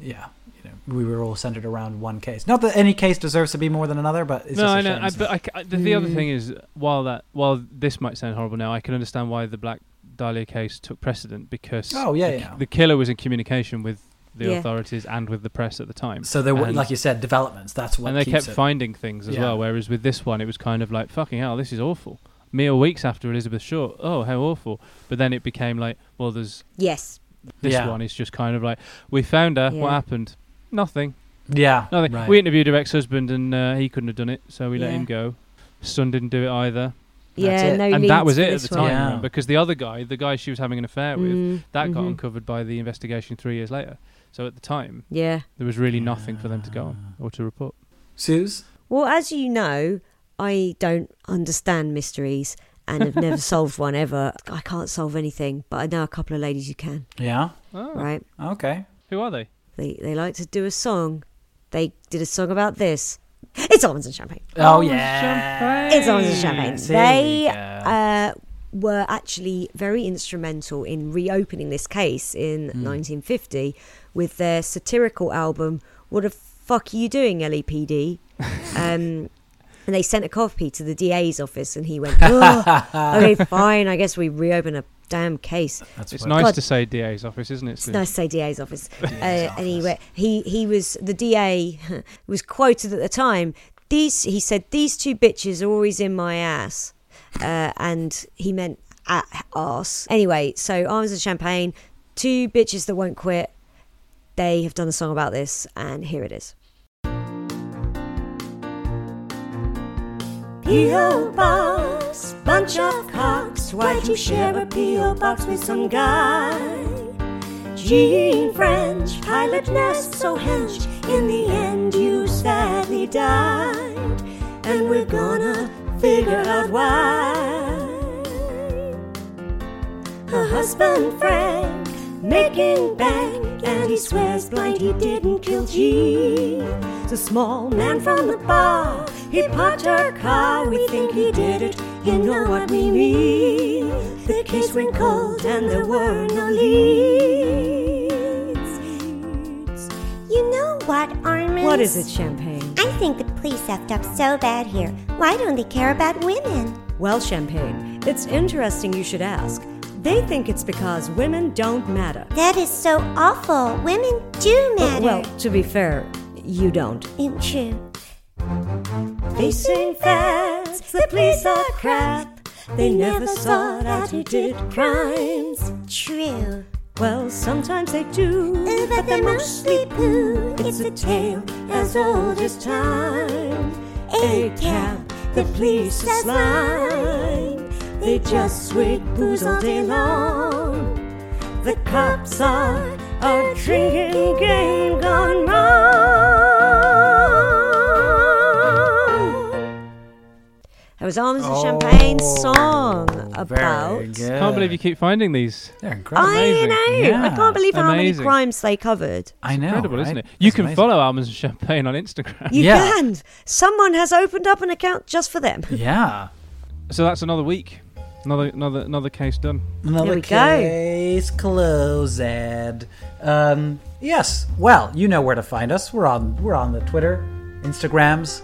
Speaker 1: yeah." You know, we were all centered around one case. Not that any case deserves to be more than another, but it's
Speaker 2: no,
Speaker 1: just a
Speaker 2: I know.
Speaker 1: shame.
Speaker 2: I,
Speaker 1: so-
Speaker 2: but I c I the, the other
Speaker 3: Mm.
Speaker 2: thing is, while that while this might sound horrible now, I can understand why the Black Dahlia case took precedent because
Speaker 1: Oh, yeah,
Speaker 2: the,
Speaker 1: yeah.
Speaker 2: the killer was in communication with the
Speaker 3: Yeah.
Speaker 2: authorities and with the press at the time.
Speaker 1: So there were,
Speaker 2: And-
Speaker 1: like you said, developments. That's what
Speaker 2: and they
Speaker 1: keeps
Speaker 2: kept
Speaker 1: it.
Speaker 2: finding things as
Speaker 1: Yeah.
Speaker 2: well. Whereas with this one, it was kind of like fucking hell, this is awful. Mere weeks after Elizabeth Short, oh how awful. But then it became like, well, there's
Speaker 3: Yes.
Speaker 2: this
Speaker 1: Yeah.
Speaker 2: one is just kind of like we found her. What
Speaker 3: Yeah.
Speaker 2: happened? Nothing.
Speaker 1: yeah,
Speaker 2: Nothing.
Speaker 1: right.
Speaker 2: We interviewed her ex-husband, and uh, he couldn't have done it, so we let
Speaker 3: Yeah.
Speaker 2: him go. Son didn't do it either,
Speaker 1: That's
Speaker 3: yeah.
Speaker 1: it.
Speaker 3: No.
Speaker 2: and
Speaker 3: leads
Speaker 2: that was
Speaker 3: for
Speaker 2: it at
Speaker 3: this
Speaker 2: the
Speaker 3: one.
Speaker 2: time
Speaker 1: Yeah.
Speaker 2: remember, because the other guy, the guy she was having an affair with,
Speaker 3: Mm,
Speaker 2: that got
Speaker 3: mhm.
Speaker 2: uncovered by the investigation three years later. So at the time,
Speaker 3: Yeah.
Speaker 2: there was really nothing for them to go on or to report.
Speaker 1: Suze.
Speaker 3: Well, as you know, I don't understand mysteries and have never solved one ever. I can't solve anything, but I know a couple of ladies who can,
Speaker 1: Yeah.
Speaker 2: Oh,
Speaker 3: right?
Speaker 1: Okay.
Speaker 2: Who are they?
Speaker 3: They they like to do a song. They did a song about this. It's almonds and champagne.
Speaker 1: Oh, yeah.
Speaker 3: It's almonds and champagne.
Speaker 1: Yes, there we
Speaker 3: They
Speaker 1: go.
Speaker 3: uh, were actually very instrumental in reopening this case in 1950 with their satirical album "What the Fuck Are You Doing, LEPD?" um, and they sent a copy to the DA's office, and he went, "Ugh, "Okay, fine. I guess we reopen a damn case."
Speaker 1: That's
Speaker 2: It's
Speaker 1: what-
Speaker 2: nice
Speaker 3: God.
Speaker 2: to say DA's office, isn't it?
Speaker 3: It's
Speaker 2: Sue?
Speaker 3: nice to say DA's office. Uh, and he, went, he he was the DA was quoted at the time. These he said these two bitches are always in my ass, uh, and he meant at ass. Anyway, so arms and champagne, two bitches that won't quit. They have done a song about this, and here it is. P.O. box, bunch of cocks. Why'd you share a P.O. box with some guy? Gene French, pilot nest so hench. In the end, you sadly died, and we're gonna figure out why.
Speaker 4: a husband Frank, making bank, and he swears blind he didn't kill G. The small man from the bar, he parked her car, we think he did it, you know what we mean. The case went cold and there were no leads. leads.
Speaker 5: You know what, Armin?
Speaker 3: What is it, champagne?
Speaker 5: I think the police effed up so bad here. Why don't they care about women?
Speaker 3: Well, champagne, it's interesting you should ask. They think it's because women don't matter.
Speaker 5: That is so awful. Women
Speaker 4: Oh,
Speaker 5: do matter.
Speaker 3: Well, to be fair, you don't.
Speaker 5: in true.
Speaker 4: Facing facts, the police are crap. They never sought out who did crimes.
Speaker 5: True.
Speaker 3: Well, sometimes they do.
Speaker 5: Uh, but they mostly poo.
Speaker 4: It's a tale as old as time. A cab, the police are slime. They just swig booze all day long. The cops are a drinking game gone wrong.
Speaker 3: It was Arms and Champagne
Speaker 2: Oh,
Speaker 3: song about.
Speaker 1: Oh, Very
Speaker 2: I can't believe you keep finding these.
Speaker 1: They're incredible.
Speaker 3: I
Speaker 2: Amazing.
Speaker 3: know. I
Speaker 1: Yeah.
Speaker 3: can't believe how many
Speaker 2: Amazing.
Speaker 3: crimes they covered.
Speaker 1: I know.
Speaker 2: Incredible, isn't
Speaker 1: right?
Speaker 2: it? You
Speaker 1: That's
Speaker 2: can
Speaker 1: amazing.
Speaker 2: follow Almonds and Champagne on Instagram.
Speaker 3: You
Speaker 1: Yeah.
Speaker 3: can. Someone has opened up an account just for them.
Speaker 1: Yeah.
Speaker 2: So that's another week. Another another another case done.
Speaker 1: Another
Speaker 3: we go.
Speaker 1: case closed. Um, yes. Well, you know where to find us. We're on we're on the Twitter, Instagrams,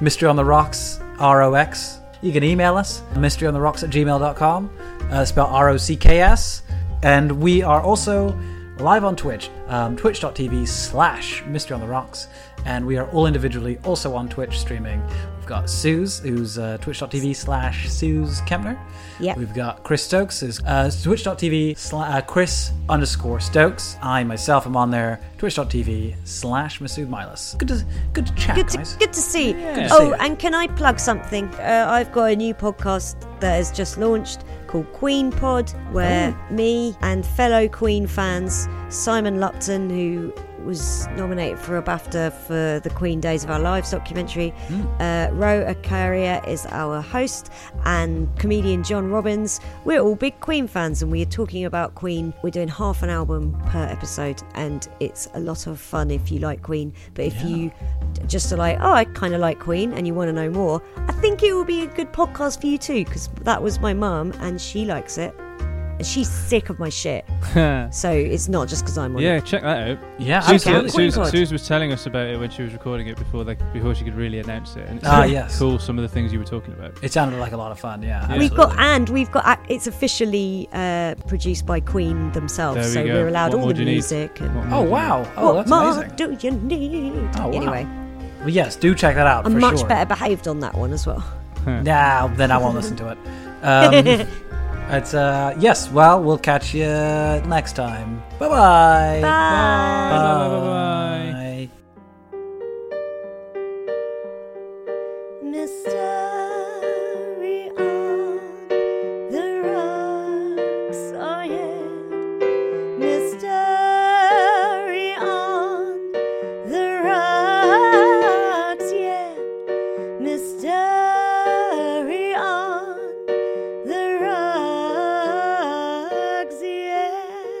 Speaker 1: Mystery on the Rocks, R O X. You can email us, mystery on the rocks at gmail.com, uh, spell R O C K S. And we are also live on Twitch, um, twitch.tv slash mystery on the rocks. And we are all individually also on Twitch streaming. We've got Suze, who's uh, twitch.tv slash Suze Kempner.
Speaker 3: Yep.
Speaker 1: We've got Chris Stokes is uh, twitch.tv slash uh, Chris underscore Stokes. I myself am on there, twitch.tv slash Masood Milas. Good to, good to chat,
Speaker 3: Good to,
Speaker 1: guys.
Speaker 3: good to see.
Speaker 1: to
Speaker 3: oh,
Speaker 1: see.
Speaker 3: and can I plug something? Uh, I've got a new podcast that has just launched called Queen Pod, where
Speaker 1: Oh.
Speaker 3: me and fellow Queen fans, Simon Lupton, who was nominated for a BAFTA for the Queen Days of Our Lives documentary,
Speaker 1: Hmm.
Speaker 3: uh, Ro Akaria is our host, and comedian John Robbins. We're all big Queen fans, and we are talking about Queen. We're doing half an album per episode, and it's a lot of fun if you like Queen. But if you just are like, oh, I kind of like Queen, and you want to know more, I think it will be a good podcast for you too, because that was my mum, and she likes it. And she's sick of my shit. so it's not just because I'm on
Speaker 2: Yeah,
Speaker 3: it.
Speaker 2: check that out.
Speaker 1: Yeah,
Speaker 2: Suze,
Speaker 1: absolutely.
Speaker 2: Suze,
Speaker 3: Queen Pod.
Speaker 2: Suze was telling us about it when she was recording it before they, before she could really announce it. And it's
Speaker 1: Ah,
Speaker 2: really
Speaker 1: yes.
Speaker 2: cool some of the things you were talking about.
Speaker 1: It sounded like a lot of fun, yeah.
Speaker 3: We've
Speaker 1: absolutely.
Speaker 3: got and we've got ac- it's officially uh, produced by Queen themselves,
Speaker 2: There we
Speaker 3: so
Speaker 2: go.
Speaker 3: we're allowed
Speaker 2: What
Speaker 3: all
Speaker 2: more do
Speaker 3: the
Speaker 2: you need?
Speaker 3: music. And
Speaker 2: What
Speaker 1: Oh
Speaker 2: more do you need?
Speaker 1: wow! Oh,
Speaker 3: what
Speaker 1: that's
Speaker 3: more
Speaker 1: amazing.
Speaker 3: do you need?
Speaker 1: Oh, wow.
Speaker 3: Anyway,
Speaker 1: Well, yes, do check that out.
Speaker 3: I'm
Speaker 1: for
Speaker 3: much
Speaker 1: sure.
Speaker 3: better behaved on that one as well.
Speaker 1: Nah, then I won't listen to it. Um, it's uh, yes. Well, we'll catch you next time. Bye-bye.
Speaker 3: Bye.
Speaker 2: Bye, bye, bye, bye.
Speaker 1: Bye.
Speaker 4: Mystery on the rocks, oh yeah. Mystery on the rocks, yeah. Mystery on the rocks, yeah.